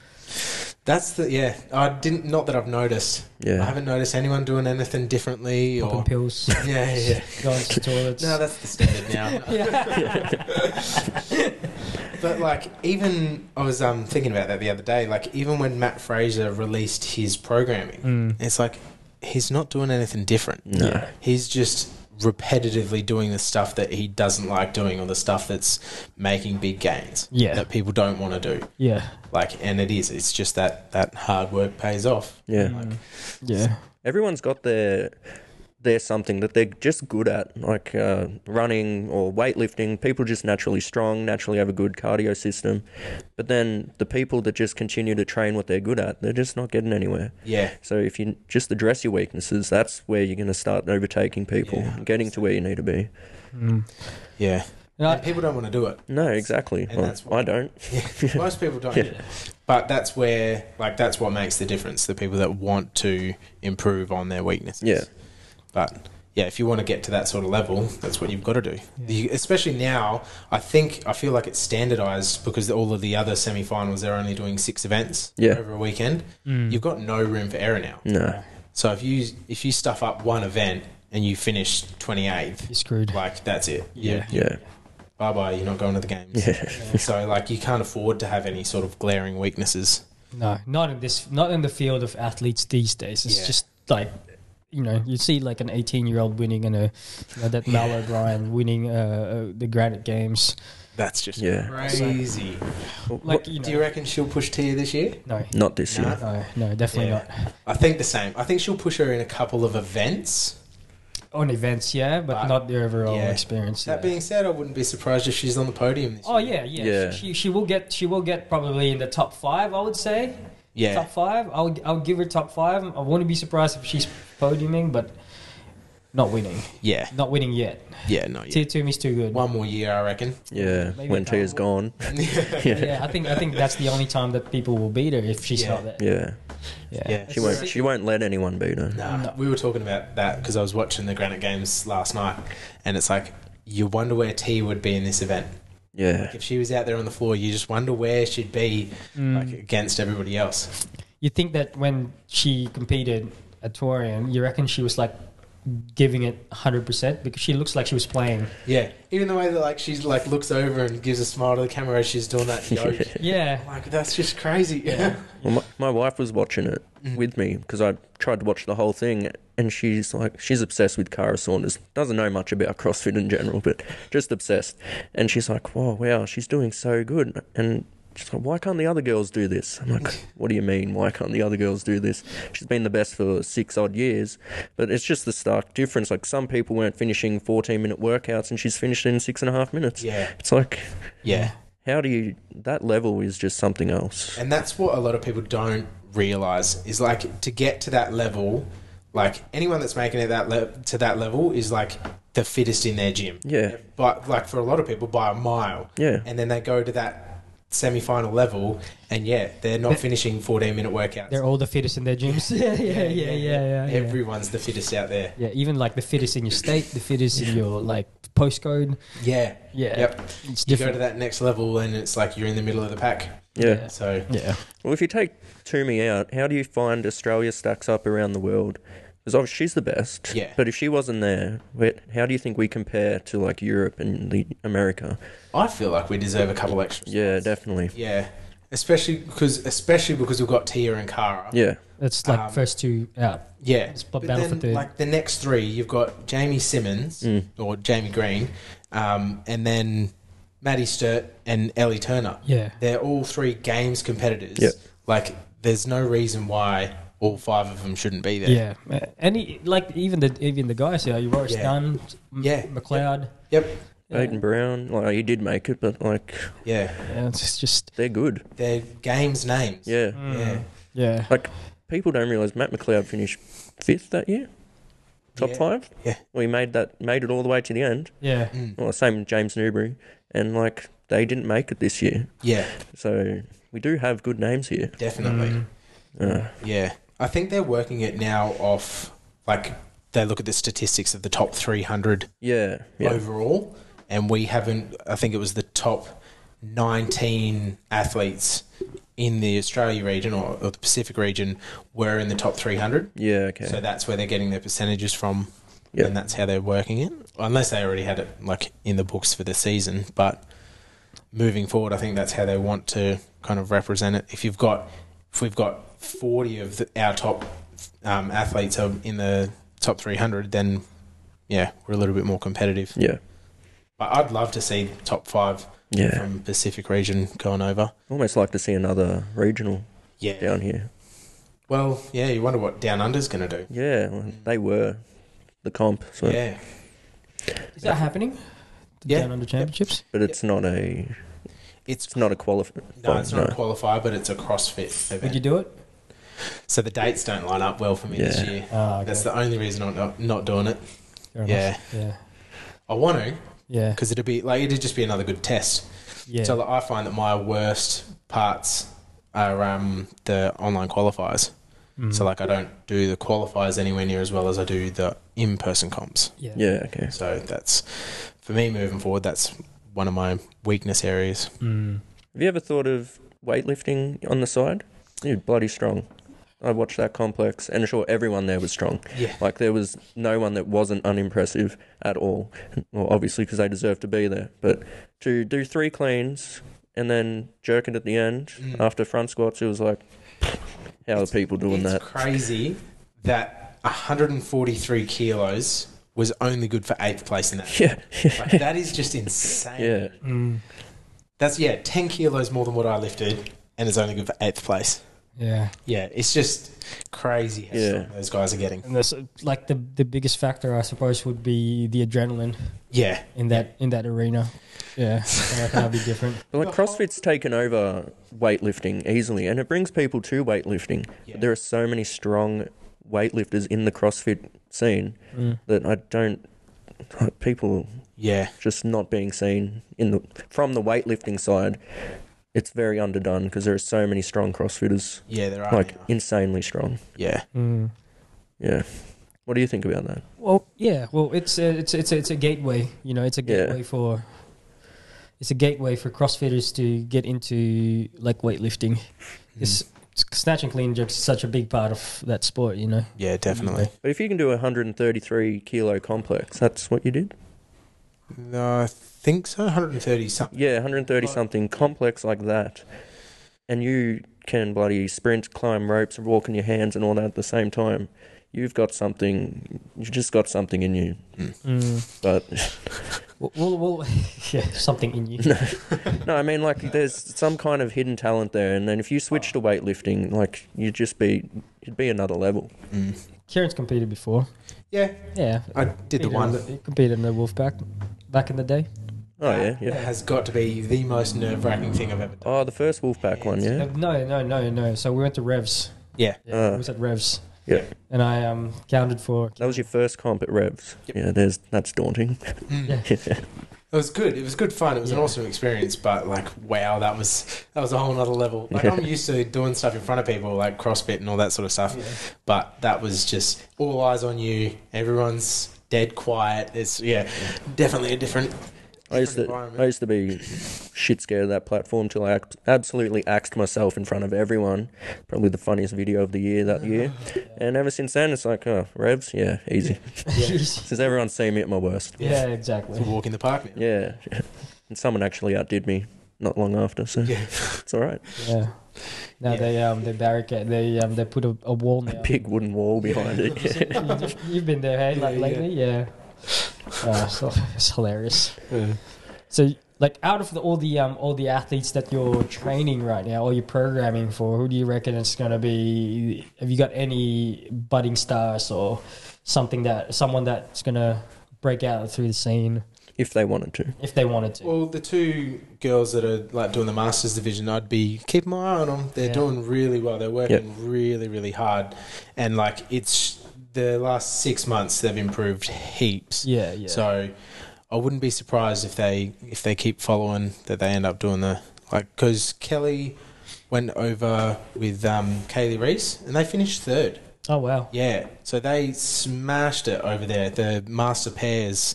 That's the yeah. I didn't. Not that I've noticed. Yeah. I haven't noticed anyone doing anything differently Popping or. pills, *laughs* Yeah, yeah, yeah. *laughs* going to toilets. *laughs* No, that's the standard now. *laughs* but like, even I was um, thinking about that the other day. Like, even when Matt Fraser released his programming, Mm, it's like he's not doing anything different. No. Yeah. He's just repetitively doing the stuff that he doesn't like doing or the stuff that's making big gains Yeah. that people don't want to do yeah, like and it is it's just that that hard work pays off yeah. Mm. yeah, everyone's got their their something that they're just good at, like uh, running or weightlifting. People just naturally strong, naturally have a good cardio system. But then the people that just continue to train what they're good at, they're just not getting anywhere. yeah So if you just address your weaknesses, that's where you're going to start overtaking people, Yeah, and getting to where you need to be. Mm. yeah And I- And people don't want to do it No, exactly. And Well, that's what- I don't. *laughs* Most people don't. Yeah. But that's where, like, that's what makes the difference. The people that want to improve on their weaknesses. Yeah. But yeah, if you want to get to that sort of level, that's what you've got to do. You- especially now, I think I feel like it's standardized because all of the other semi-finals they're only doing six events Yeah. Mm. over a weekend. You've got no room for error now. No. So if you if you stuff up one event and you finish twenty eighth, you're screwed. like that's it. Yeah. Yeah. Bye bye. You're not going to the games. Yeah. *laughs* So like you can't afford to have any sort of glaring weaknesses. No, not in this, not in the field of athletes these days. It's Yeah. just like, you know, you see like an 18 year old winning and a, you know, that Yeah. Mal O'Brien winning uh, uh, the Granite Games. That's just Yeah. crazy. Well, Like, what- you know, Do you reckon she'll push Tia this year? no, not this Nah. year. no, no, definitely Yeah. not. I think the same. I think she'll push her in a couple of events. On events, yeah, but, But- not the overall yeah. experience. That yeah. being said, I wouldn't be surprised if she's on the podium this Oh yeah, year. yeah. Yeah. She, she will get she will get probably in the top five. I would say Yeah. top five. I'll I'll give her top five. I wouldn't be surprised if she's podiuming, but not winning. Yeah. Not winning yet. Yeah, not Tier yet. two is too good. One more year, I *laughs* reckon. Yeah. Maybe when not. Tia's gone. yeah. I think I think that's the only time that people will beat her if she's Yeah. not there. Yeah. Yeah. Yeah. She won't. She won't let anyone beat her. Nah, No. we were talking about that because I was watching the Granite Games last night, and it's like you wonder where T would be in this event. Yeah. Mm. If she was out there on the floor, you just wonder where she'd be, like against everybody else. you think that when she competed at Torian, you reckon she was like giving it 100% because she looks like she was playing. Yeah, even the way that like she like looks over and gives a smile to the camera as she's *laughs* doing that yoke. Yeah. Like that's just crazy. *laughs* Yeah. Well, my, my wife was watching it with me because I tried to watch the whole thing, and she's like, she's obsessed with Kara Saunders. Doesn't know much about CrossFit in general, but just obsessed. And she's like, "Wow, wow, she's doing so good." And she's like, "Why can't the other girls do this?" I'm like, "What do you mean? Why can't the other girls do this?" She's been the best for six odd years, but it's just the stark difference. Like some people weren't finishing 14 minute workouts, and she's finished in six and a half minutes. Yeah. It's like, Yeah. how do you? That level is just something else. And that's what a lot of people don't realize is like to get to that level, like anyone that's making it that le- to that level is like the fittest in their gym. Yeah. But like for a lot of people by a mile. Yeah. And then they go to that semi-final level and yeah, they're not finishing 14-minute workouts. They're *laughs* all the fittest in their *laughs* gyms. yeah, yeah, yeah, yeah, yeah. yeah. Everyone's the fittest out there. yeah, even like the fittest in your state, the fittest in your like postcode. Yeah. Yeah. Yep. It's You go to different. that next level and it's like you're in the middle of the pack. yeah. So Yeah. Well, if you take Toomey out, how do you find Australia stacks up around the world? Because obviously she's the best. Yeah. But if she wasn't there, wait, how do you think we compare to like Europe and the America? I feel like we deserve a couple extras. Yeah, definitely. Yeah, especially because especially because we've got Tia and Kara. Yeah. That's like Um, first two out. yeah. It's But b- battle for then, third. like the next three, you've got Jamie Simmons Mm. or Jamie Green, um, and then Maddie Sturt and Ellie Turner. Yeah. They're all three games competitors. Yeah. Like, there's no reason why all five of them shouldn't be there. Yeah. Any like even the even the guys here, you Royce Yeah. Dunn, M- Yeah. McLeod. Yep. Yeah. Aiden Brown, like he did make it, but like Yeah. Yeah, it's just they're good. They're games names. Yeah. Mm. Yeah. yeah. Like people don't realize Matt McLeod finished fifth that year, top Yeah. five. Yeah. Well, he made that made it all the way to the end. Yeah. Mm. Well, same with James Newbury, and like they didn't make it this year. Yeah. So we do have good names here. Definitely. Uh, Yeah. I think they're working it now off like they look at the statistics of the top 300 yeah. Yeah. overall and we haven't I think it was the top 19 athletes in the Australia region or, or the Pacific region were in the top 300. Yeah. Okay. So that's where they're getting their percentages from Yeah. and that's how they're working it. Unless they already had it like in the books for the season, but moving forward I think that's how they want to kind of represent it. If you've got if we've got 40 of the, our top um, athletes are in the top 300 then yeah, we're a little bit more competitive. Yeah. But I'd love to see top five Yeah. from Pacific region going over. Almost like to see another regional Yeah. down here. Well, yeah, you wonder what Down Under's going to do. Yeah. well, They were the comp. So, Yeah. Is that happening? The Yeah. Down under championships. But it's not a. It's It's not a qualifier. no, it's not a qualifier, but it's a CrossFit Would you event. do it? So the dates don't line up well for me this Yeah. year. Ah, okay. Uh, That's the only reason I'm not, not doing it. Fair Yeah. enough. Yeah. I want to Yeah. because it'd be like it'd just be another good test. Yeah. So like, I find that my worst parts are um, the online qualifiers. Mm. So like I don't do the qualifiers anywhere near as well as I do the in-person comps. yeah. yeah. Okay. So that's for me moving forward. That's one of my weakness areas. Mm. Have you ever thought of weightlifting on the side? You're bloody strong. I watched that complex, and sure, everyone there was strong. Yeah. Like there was no one that wasn't unimpressive at all. Well, obviously because they deserve to be there. But to do three cleans and then jerk it at the end Mm. after front squats, it was like, how are people doing it's that? crazy that 143 kilos was only good for eighth place in *laughs* that. *laughs* Yeah, Like, that is just *laughs* insane. yeah, Mm. That's yeah, 10 kilos more than what I lifted, and it's only good for eighth place. Yeah. Yeah, it's just crazy how Yeah. strong those guys are getting. And that's uh, like the the biggest factor, I suppose, would be the adrenaline Yeah, in that in that arena. Yeah, I reckon that'd be different. But like The whole- CrossFit's taken over weightlifting easily, and it brings people to weightlifting. Yeah. But There are so many strong weightlifters in the CrossFit scene Mm. that I don't. People yeah, just not being seen in the from the weightlifting side. It's very underdone because there are so many strong CrossFitters, yeah. There are like now. insanely strong. yeah, Mm. Yeah. What do you think about that? Well, yeah. Well, it's a, it's it's a, it's a gateway. You know, it's a Yeah. gateway for Mm-hmm. it's a gateway for CrossFitters to get into like weightlifting. It's snatch and clean jokes is such a big part of that sport, you know. Yeah, definitely. But if you can do a 133 kilo complex, that's what you did? No, I think so. 130 something. Yeah, 130 something complex like that. And you can bloody sprint, climb ropes, walk on your hands and all that at the same time. You've got something, you've just got something in you. But Mm. Well, well, well *laughs* yeah, something in you. no, I mean, like, there's some kind of hidden talent there. And then if you switch to weightlifting, like, you'd just be, you'd be another level. Mm. Kieran's competed before. Yeah, Yeah, I did the Competed one in- that competed in the Wolfpack back in the day. Oh, yeah, yeah. has got to be the most nerve wracking thing I've ever done. Oh, the first Wolfpack one, Uh, yeah. No, no, no, no. So we went to Revs. Yeah. Yeah, Uh. it was at Revs. Yeah. And I um counted *laughs* for That was your first comp at Revs. Yeah, there's, that's daunting. yeah. It was good. It was good fun. It was an Yeah. awesome experience, but like, wow, that was that was a whole nother level. Like, I'm used to doing stuff in front of people, like CrossFit and all that sort of stuff, but that was just all eyes on you. Everyone's dead quiet. It's yeah, definitely a different. I used different to I environment. used to be shit scared of that platform till I act, absolutely axed myself in front of everyone. Probably the funniest video of the year that year. And ever since then, it's like, oh, revs, yeah, easy. Since everyone's seen me at my worst. *laughs* yeah, It's a exactly. walk in the park now. Yeah, *laughs* and someone actually outdid me not long after, so *laughs* Yeah. it's all right. Yeah. No, Yeah. they um they barricade they um they put a, a wall now. Big wooden wall behind it. *laughs* Yeah. *laughs* You- You've been there, hey? Like Yeah, yeah. lately, yeah. Uh, so it's hilarious. So, like, out of the, all the um all the athletes that you're training right now, or you're programming for, who do you reckon it's gonna be? Have you got any budding stars or something that someone that's gonna break out through the scene If they wanted to, if they wanted to? Well, the two girls that are like doing the masters division, I'd be keeping my eye on them. They're Yeah. doing really well. They're working really, really hard, and like it's the last six months they've improved heaps. yeah, yeah. So I wouldn't be surprised if they if they keep following that they end up doing the like because Kelly went over with um, Kaylee Reese and they finished third. oh wow. Yeah, so they smashed it over there. The master pairs,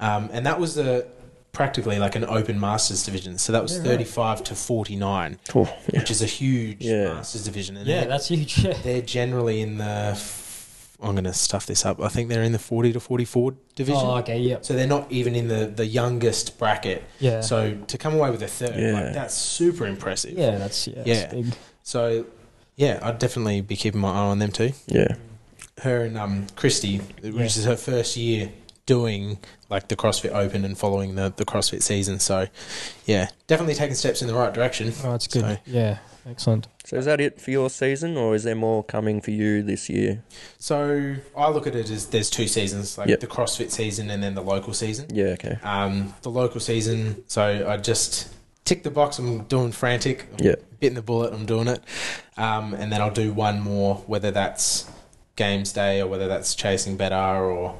um, and that was a practically like an open masters division. So that was Yeah, right. thirty five to forty nine, cool. Yeah. which is a huge Yeah. masters division. And Yeah, they're, that's huge. *laughs* Yeah. they're generally in the. f- I'm going to stuff this up. I think they're in the forty to forty four division. Oh, okay. Yep. So they're not even in the, the youngest bracket. Yeah. So to come away with a third, Yeah. like, that's super impressive. yeah, that's yeah. Yeah. That's big. So yeah, I'd definitely be keeping my eye on them too. yeah, Her and um, Christy, which is her first year doing like the CrossFit Open and following the, the CrossFit season. So yeah, definitely taking steps in the right direction. Oh, that's good. So- Yeah. Excellent. So is that it for your season, or is there more coming for you this year? So I look at it as there's two seasons, like Yep. the CrossFit season and then the local season. Yeah, okay. um, the local season. So I just tick the box. I'm doing frantic. I'm Yeah. Bitten the bullet. I'm doing it. Um, and then I'll do one more, whether that's games day or whether that's chasing better or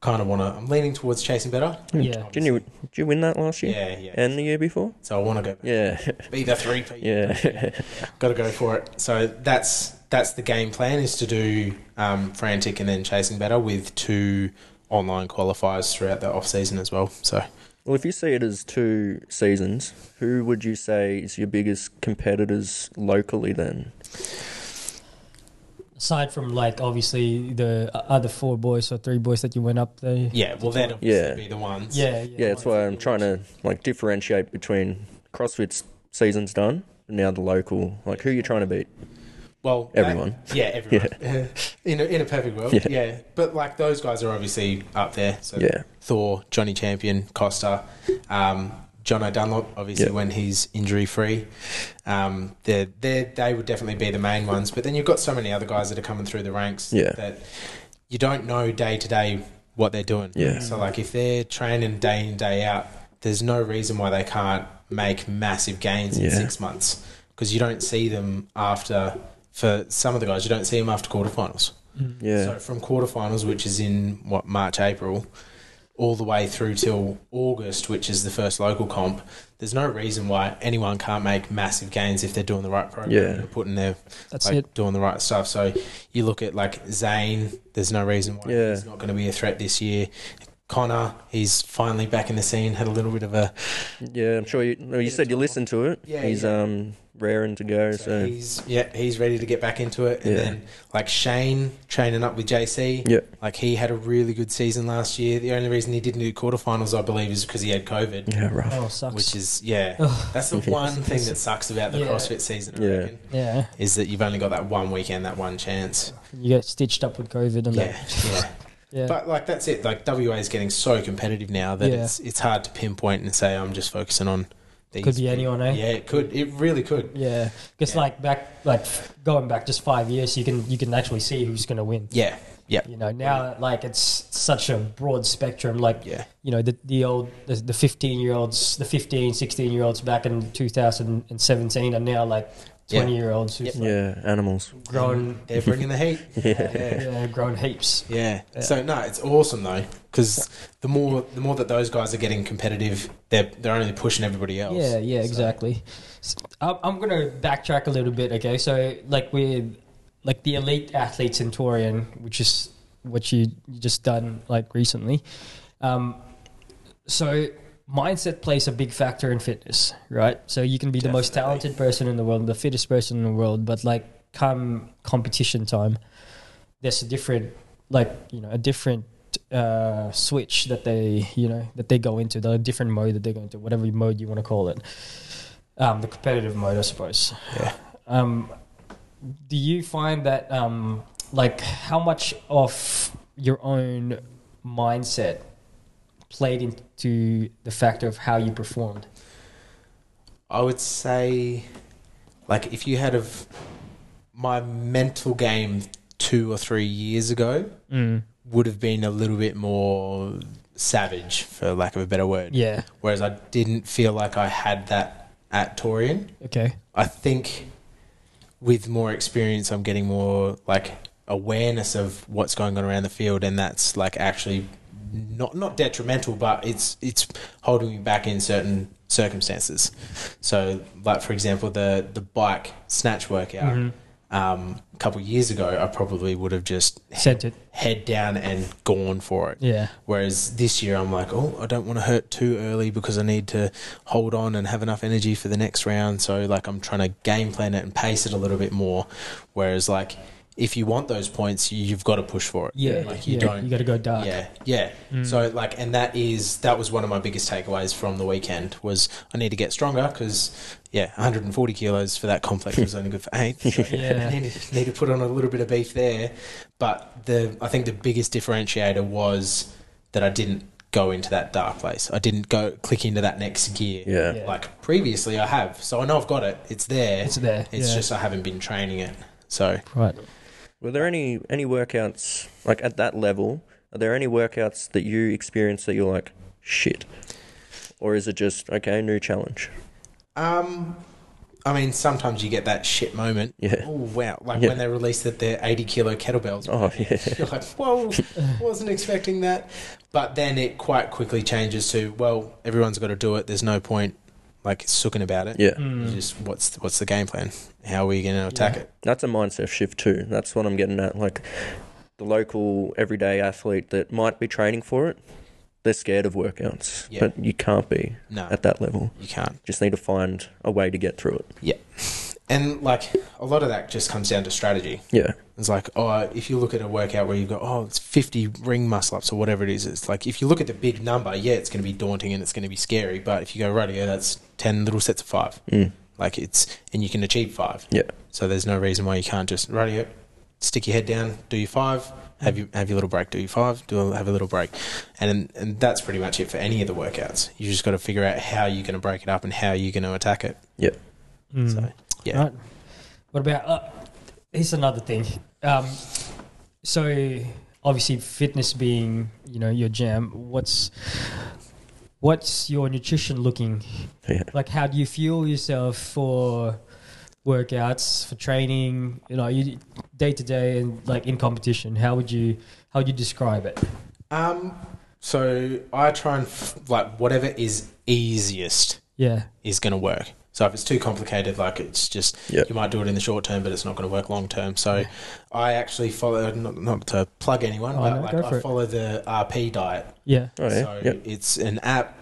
kind of want to. I'm leaning towards chasing better. Yeah. Didn't you? Did you win that last year? Yeah, yeah. And the year before? so I want to go Yeah, be the three. P. *laughs* yeah. Got to go for it. So that's that's the game plan is to do um, frantic and then chasing better with two online qualifiers throughout the off season as well. So. Well, if you see it as two seasons, who would you say is your biggest competitors locally then? Aside from like obviously the o- other four boys or three boys that you went up there. Yeah, well, they'd obviously Yeah. be the ones. Yeah. Yeah. Yeah, that's why I'm trying to like differentiate between CrossFit's season's done and now the local. Like who you're trying to beat? Well, that- Everyone. yeah, *laughs* everyone. *laughs* in, a, in a perfect world. Yeah. Yeah. But like those guys are obviously up there. So Yeah. Thor, Johnny Champion, Costa, um, John O'Dunlop, obviously Yeah. when he's injury free. Um, they're, they're, they would definitely be the main ones. But then you've got so many other guys that are coming through the ranks Yeah. that you don't know day to day what they're doing. Yeah. So like if they're training day in, day out, there's no reason why they can't make massive gains in Yeah. six months because you don't see them after for some of the guys you don't see them after quarterfinals. Yeah. So from quarterfinals, which is in what March, April, all the way through till August, which is the first local comp. There's no reason why anyone can't make massive gains if they're doing the right program, Yeah. and putting their That's like, it. doing the right stuff. So you look at like Zane. There's no reason why Yeah. he's not going to be a threat this year. Connor, he's finally back in the scene. Had a little bit of a Yeah, I'm sure you. No, you said you listened to it. Yeah, he's yeah. um raring to go. So, So he's yeah, he's ready to get back into it. And Yeah. then like Shane training up with JC. Yeah. Like he had a really good season last year. The only reason he didn't do quarterfinals, I believe, is because he had COVID. yeah, rough. Oh, sucks. Which is yeah. Ugh. That's *laughs* the Yes. one thing that sucks about the Yeah. CrossFit season, I Yeah. reckon. yeah, Is that you've only got that one weekend, that one chance. you get stitched up with COVID and Yeah. that. Yeah. Yeah, But like that's it. Like WA is getting so competitive now that Yeah. it's it's hard to pinpoint and say I'm just focusing on these. Could be anyone, eh? Yeah, it could. It really could. yeah. Because Yeah. like back, like f- going back just five years, you can you can actually see who's gonna win. Yeah. Yeah. You know, now like it's such a broad spectrum. Like Yeah. you know the the old the, the 15 year olds the 15 16 year olds back in 2017 are now like 20 year olds who've like, Yeah, animals. grown They're bringing the heat. *laughs* yeah. *laughs* yeah, grown heaps Yeah. So no, it's awesome though, because the more the more that those guys are getting competitive, they're they're only pushing everybody else. yeah yeah So- exactly S- I'm, I'm gonna backtrack a little bit okay so like with like the elite athlete centurion which is what you you just done like recently um so mindset plays a big factor in fitness right so you can be the most Definitely. talented person in the world the fittest person in the world but like come competition time there's a different like you know a different uh, switch that they you know that they go into the different mode that they go into whatever mode you want to call it um, the competitive mode i suppose Yeah. um, do you find that um, like how much of your own mindset played into the factor of how you performed I would say, like, if you had of my mental game two or three years ago mm. would have been a little bit more savage, for lack of a better word. yeah Whereas I didn't feel like I had that at Torian. okay I think with more experience, I'm getting more like awareness of what's going on around the field, and that's like actually not not detrimental, but it's it's holding me back in certain circumstances. So, like for example, the the bike snatch workout. Mhm. Um, a couple of years ago, I probably would have just sent it head down and gone for it. yeah Whereas this year, I'm like, oh, I don't want to hurt too early because I need to hold on and have enough energy for the next round. So, like, I'm trying to game plan it and pace it a little bit more. Whereas, like, if you want those points, you- you've got to push for it. yeah Like, you yeah, don't. you gotta go dark yeah, yeah. Mm. So like, and that is that was one of my biggest takeaways from the weekend was I need to get stronger because yeah, 140 kilos for that complex was only good for eight. So *laughs* Yeah. I need, to- need to put on a little bit of beef there. But the I think the biggest differentiator was that I didn't go into that dark place. I didn't go click into that next gear. Yeah. Yeah. Like previously, I have. So I know I've got it. It's there. It's there, It's yeah. just I haven't been training it. So right Were there any any workouts like at that level? Are there any workouts that you experience that you're like shit, or is it just okay new challenge? Um, I mean, sometimes you get that shit moment. *laughs* Yeah. Oh wow! Like Yeah. when they released that they're eighty kilo kettlebells. Oh *laughs* yeah, *laughs* You're like, whoa! wasn't expecting that. But then it quite quickly changes to, well, everyone's got to do it. There's no point like sooking about it. yeah. You Just what's what's the game plan? How are we going to attack Yeah. it? That's a mindset shift too. That's what I'm getting at. Like the local everyday athlete that might be training for it, they're scared of workouts, Yeah. but you can't be No, at that level. you can't. Just need to find a way to get through it. And like a lot of that just comes down to strategy. Yeah, It's like, oh, if you look at a workout where you've got, oh, it's 50 ring muscle ups or whatever it is, it's like, if you look at the big number, yeah, it's going to be daunting and it's going to be scary. But if you go, right, yeah, that's 10 little sets of five. Mm. Like it's, and you can achieve five. yeah, So there's no reason why you can't just, right, yeah, stick your head down, do your five, have your, have your little break, do your five, do a, have a little break. And, and that's pretty much it for any of the workouts. You just got to figure out how you're going to break it up and how you're going to attack it. yeah. So, yeah. Mm. Right. What about? Uh, here's another thing. Um, so obviously, fitness being you know your jam. What's what's your nutrition looking Yeah. like? How do you fuel yourself for workouts, for training? You know, you day to day and like in competition. How would you how would you describe it? Um, so I try and f- like whatever is easiest Yeah. is going to work. So if it's too complicated, like it's just Yep. you might do it in the short term, but it's not going to work long term. So I actually follow not, not to plug anyone, Oh, but no, like go for I it. follow the RP diet. Yeah. Oh yeah. So Yep. it's an app.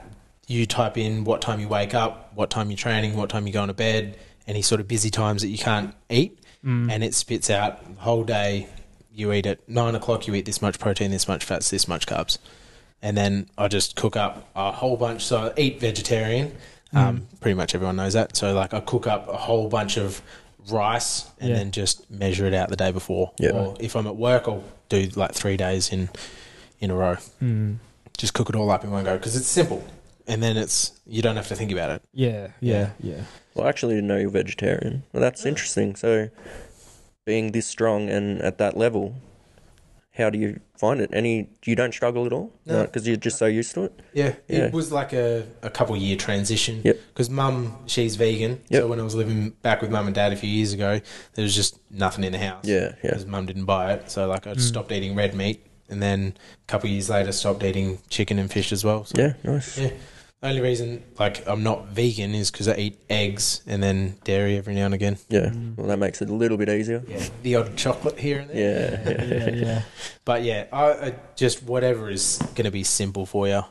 You type in what time you wake up, what time you're training, what time you're going to bed, any sort of busy times that you can't eat, Mm. and it spits out the whole day. You eat at nine o'clock. You eat this much protein, this much fats, this much carbs, and then I just cook up a whole bunch. So I eat vegetarian. Mm. Um, pretty much everyone knows that. So like I cook up a whole bunch of rice and Yeah. then just measure it out the day before. Yeah. Or if I'm at work, I'll do like three days in in a row Mm. just cook it all up in one go because it's simple and then it's you don't have to think about it Yeah. Yeah. Yeah. Well, I actually didn't know you're vegetarian. Well, that's interesting. So, being this strong and at that level, how do you find it? Any you don't struggle at all? No. because you're just so used to it. yeah it Yeah. was like a, a couple year transition Yep. because mum she's vegan Yep. so when i was living back with mum and dad a few years ago there was just nothing in the house Yeah, yeah. because mum didn't buy it so like i Mm. just stopped eating red meat and then a couple years later stopped eating chicken and fish as well so Yeah, nice. yeah the only reason like i'm not vegan is because i eat eggs and then dairy every now and again Yeah. Well, that makes it a little bit easier. yeah. the odd chocolate here and there Yeah. *laughs* Yeah. Yeah. yeah. But yeah, I, I just whatever is going to be simple for you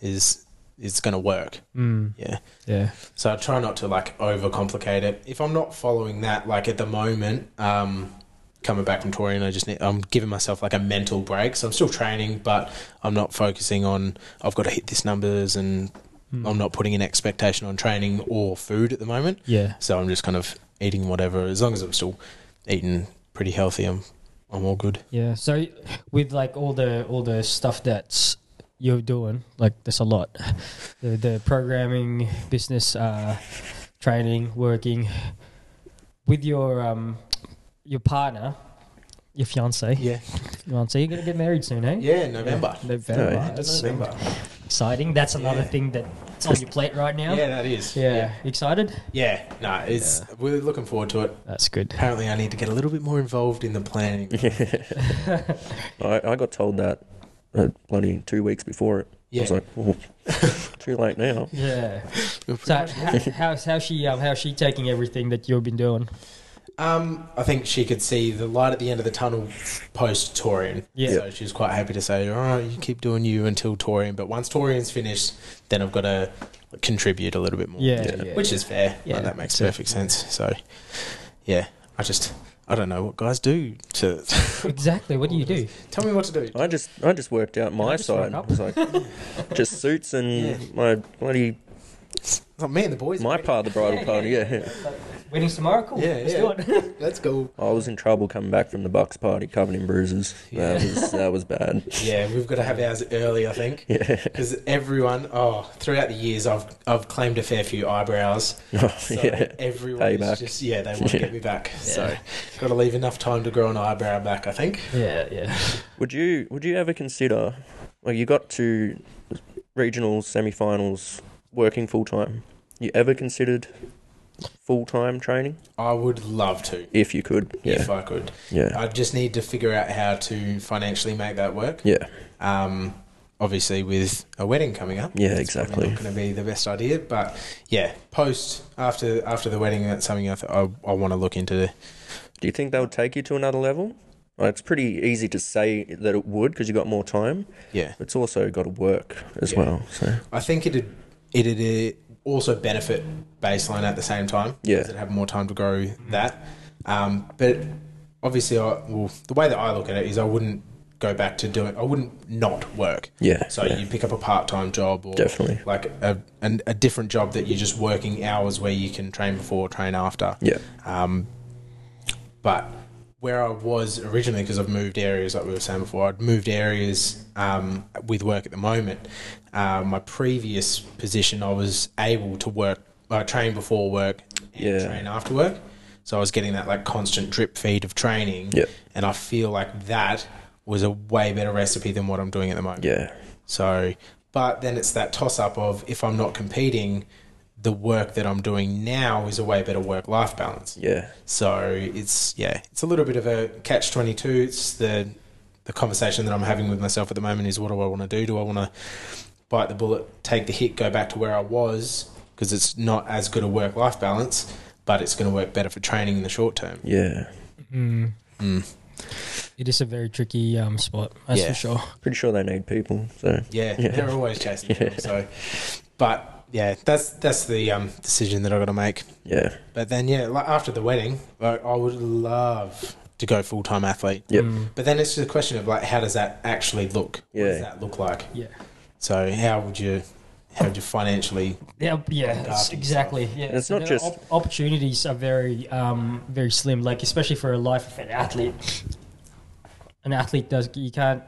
is it's going to work. Mm. Yeah. Yeah. So I try not to like overcomplicate it. If I'm not following that, like at the moment, um, coming back from touring, I just need, I'm giving myself like a mental break. So I'm still training, but I'm not focusing on I've got to hit this numbers, and I'm not putting an expectation on training or food at the moment. Yeah. So I'm just kind of eating whatever. As long as I'm still eating pretty healthy, I'm I'm all good. Yeah. So with like all the all the stuff that's you're doing, like there's a lot. The the programming, business, uh, training, working. With your um your partner, your fiance. Yeah. Fiance, you're gonna get married soon, eh? Yeah. November. November. Yeah. That's exciting. That's another Yeah. thing that's on your plate right now. Yeah, that is. Yeah. yeah, Excited? Yeah, No, it's we're looking forward to it. That's good. Apparently, I need to get a little bit more involved in the planning. I, I got told that uh, bloody two weeks before it. I was Yeah. like, oh, too late now. *laughs* Yeah. So how, how's how's she um, how's she taking everything that you've been doing? Um, I think she could see the light at the end of the tunnel post Torian. Yeah. So she was quite happy to say, "All right, you keep doing you until Torian, but once Torian's finished, then I've got to contribute a little bit more." Yeah, Yeah. yeah, which yeah. is fair. Like, Yeah, that makes that's it. perfect sense. So, yeah, I just I don't know what guys do to Exactly. What do you do? tell me what to do. I just I just worked out my just rock side. I up? was like, just suits and my bloody Not me and the boys. my part of the bridal party. Yeah. Wedding's tomorrow. Cool. Yeah, Let's yeah. do it. Let's go. I was in trouble coming back from the Bucks party covered in bruises. That was that was bad. Yeah, we've got to have ours early, I think. *laughs* Yeah. Because everyone, oh, throughout the years, I've I've claimed a fair few eyebrows. So Oh, *laughs* yeah. everyone is Payback. *laughs* just yeah, they want to Yeah. get me back. So got to leave enough time to grow an eyebrow back. I think. *laughs* yeah, yeah. Would you would you ever consider well you got to regional semi-finals working full time? You ever considered full time training I would love to if you could? Yeah. if I could. yeah. I just need to figure out how to financially make that work. yeah. Um, obviously with a wedding coming up. Yeah, it's probably exactly. Not going to be the best idea, but yeah, post after after the wedding, that's something I th- I, I want to look into. Do you think they'll take you to another level? Well, it's pretty easy to say that it would because you got more time. Yeah. It's also got to work as Yeah. well. So I think it'd it'd uh, also benefit baseline at the same time. Yeah. it'd have more time to grow that. Um, but obviously, I well, the way that I look at it is, I wouldn't go back to doing. I wouldn't not work. yeah. So yeah. you pick up a part time job or Definitely. like a an, a different job that you're just working hours where you can train before, train after. Yeah. Um, but where I was originally, because I've moved areas, like we were saying before, I'd moved areas um, with work at the moment. Uh, my previous position, I was able to work, uh, train before work and Yeah. train after work. So I was getting that like constant drip feed of training. Yep. And I feel like that was a way better recipe than what I'm doing at the moment. Yeah. So, but then it's that toss up of if I'm not competing, the work that I'm doing now is a way better work life balance. Yeah. So it's yeah, it's a little bit of a catch twenty two. It's the the conversation that I'm having with myself at the moment is what do I want to do? Do I want to bite the bullet, take the hit, go back to where I was, because it's not as good a work life balance, but it's going to work better for training in the short term. Yeah. Mm. Mm. It is a very tricky um, spot, that's Yeah. for sure. Pretty sure they need people. So Yeah, Yeah. they're always chasing. people, so, but yeah, that's that's the um, decision that I got to make. yeah. But then yeah, like after the wedding, like I would love to go full time athlete. Yep. Mm. But then it's just a question of like, how does that actually look? What does Yeah. that look like? Yeah. So how would you, how would you financially? Yeah, yeah, it's- Dark and exactly. Yeah, And it's not the just- op- opportunities are very, um, very slim. Like especially for a life of an athlete, an athlete does you can't.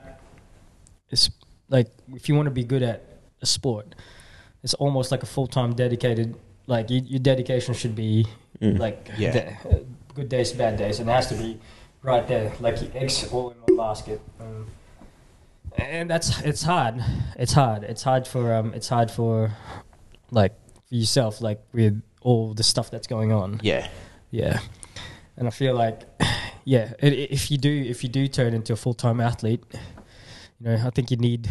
It's like if you want to be good at a sport, it's almost like a full time dedicated. Like you, your dedication should be Mm. like Yeah. the- uh, good days, bad days, and it has to be right there, like your eggs all in one basket. Um, and that's it's hard. It's hard. It's hard for um. It's hard for like for yourself, like with all the stuff that's going on. Yeah. Yeah, and I feel like *sighs* yeah, i i- if you do if you do turn into a full time athlete, you know, I think you need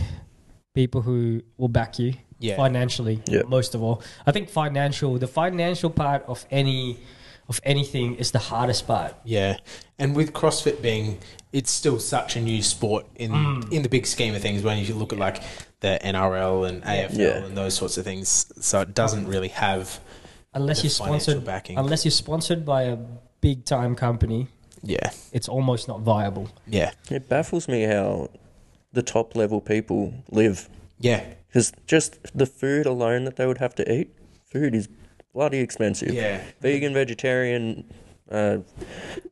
people who will back you Yeah. financially Yeah. most of all i think financial the financial part of any of anything is the hardest part Yeah, and with CrossFit being, it's still such a new sport in Mm. in the big scheme of things. When you look at like the NRL and AFL Yeah. and those sorts of things, so it doesn't really have unless the you're financial sponsored backing. unless you're sponsored by a big time company yeah, it's almost not viable yeah, It baffles me how the top level people live yeah, because just the food alone that they would have to eat, food is bloody expensive. yeah, Vegan, vegetarian, uh,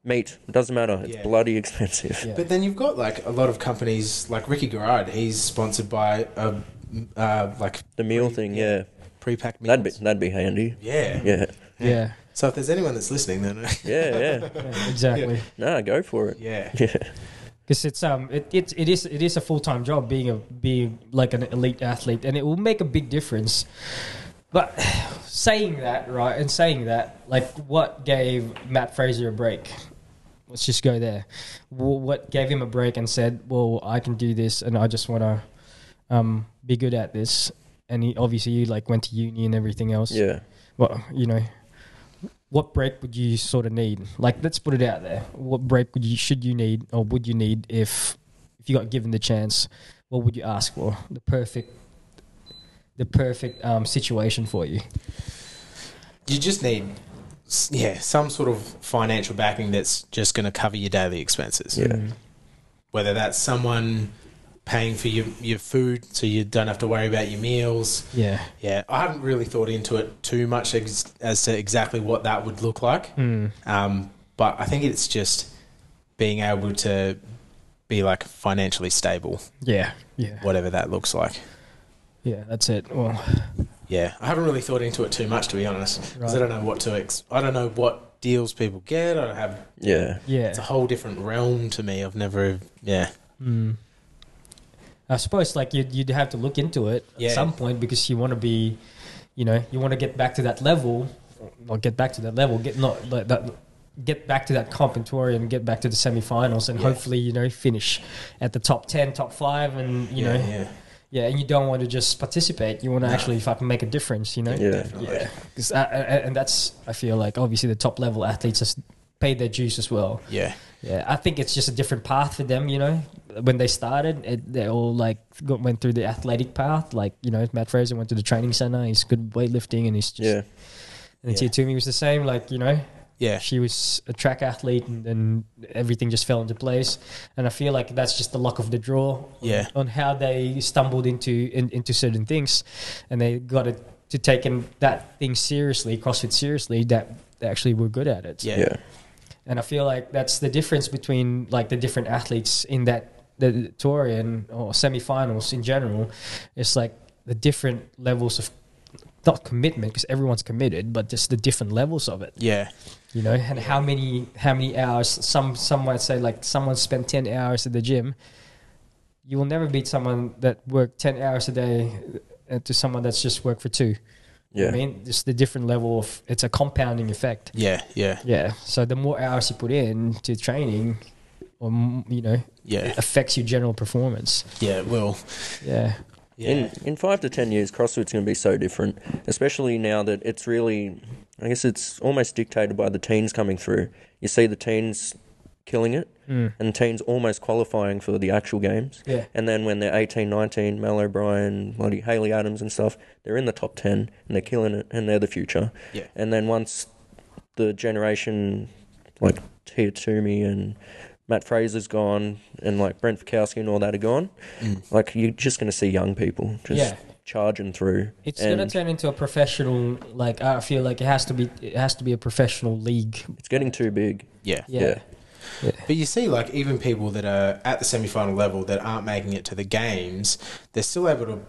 meat doesn't matter. It's Yeah. bloody expensive. Yeah. But then you've got like a lot of companies, like Ricky Garrard. He's sponsored by a uh, like The meal Pre- thing, yeah. yeah, pre-packed meals. that'd be that'd be handy. yeah. Yeah, yeah So if there's anyone that's listening, then yeah, yeah. exactly nah, go for it. yeah, *laughs* Yeah, because it's um it, it, it is it is a full-time job being a being like an elite athlete and it will make a big difference but *sighs* saying that right and saying that like what gave matt fraser a break let's just go there Wh- what gave him a break and said well i can do this and i just want to um, be good at this and he obviously he like went to uni and everything else yeah, well, you know, what break would you sort of need? Like, let's put it out there. What break would you should you need, or would you need if if you got given the chance? What would you ask for? The perfect, the perfect um, situation for you. *laughs* you just need s- yeah some sort of financial backing that's just going to cover your daily expenses. yeah, whether that's someone paying for your, your food so you don't have to worry about your meals. Yeah. Yeah, I haven't really thought into it too much ex- as to exactly what that would look like. Mm. Um, but I think it's just being able to be like financially stable, Yeah. Yeah. whatever that looks like. Yeah. That's it. Well. Yeah, I haven't really thought into it too much to be honest, because I Right. don't know what to ex- I don't know what deals people get. I don't have yeah. Yeah. it's a whole different realm to me. I've never yeah Mm. I suppose like you'd, you'd have to look into it Yeah. at some point because you want to be, you know, you want to get back to that level, not get back to that level, get not like that, get back to that competitor and get back to the semifinals and Yeah. hopefully you know finish at the top ten, top five, and you yeah, know yeah yeah, and you don't want to just participate. You want to No. actually fucking make a difference, you know. Yeah. definitely. Yeah. 'Cause I- I- I- and that's I feel like obviously the top level athletes has paid their dues as well. yeah Yeah, I think it's just a different path for them. You know, when they started, it, they all like got, went through the athletic path. Like you know, Matt Fraser went to the training center. He's good at weightlifting, and he's just. yeah. And Tia Yeah. Toomey was the same. Like you know, yeah she was a track athlete, and then everything just fell into place. And I feel like that's just the luck of the draw. Yeah. On how they stumbled into in, into certain things, and they got it to taking that thing seriously, CrossFit seriously. That they actually were good at it. yeah yeah. And I feel like that's the difference between like the different athletes in that the- the tour and or semifinals in general. It's like the different levels of not commitment because everyone's committed, but just the different levels of it, yeah you know, and how many how many hours. Some some might say like someone spent ten hours at the gym. You will never beat someone that worked ten hours a day uh, to someone that's just worked for two. yeah. I mean, just the different level of it's a compounding effect. yeah yeah Yeah. So the more hours you put in to training, or m- you know, yeah affects your general performance. yeah well Yeah. In in five to ten years, CrossFit's going to be so different, especially now that it's really, I guess it's almost dictated by the teens coming through. You see the teens killing it, Mm. and the teens almost qualifying for the actual games. Yeah. And then when they're 18, 19, Mel O'Brien, bloody Haley Adams and stuff, they're in the top 10 and they're killing it and they're the future. Yeah. And then once the generation like Tia Toomey and Matt Fraser's gone and like Brent Fikowski and all that are gone, mm, like you're just going to see young people just Yeah. charging through. It's and gonna turn into a professional. Like I feel like it has to be. It has to be a professional league. it's getting too big. Yeah. Yeah. Yeah. But you see, like even people that are at the semi-final level that aren't making it to the games, they're still able to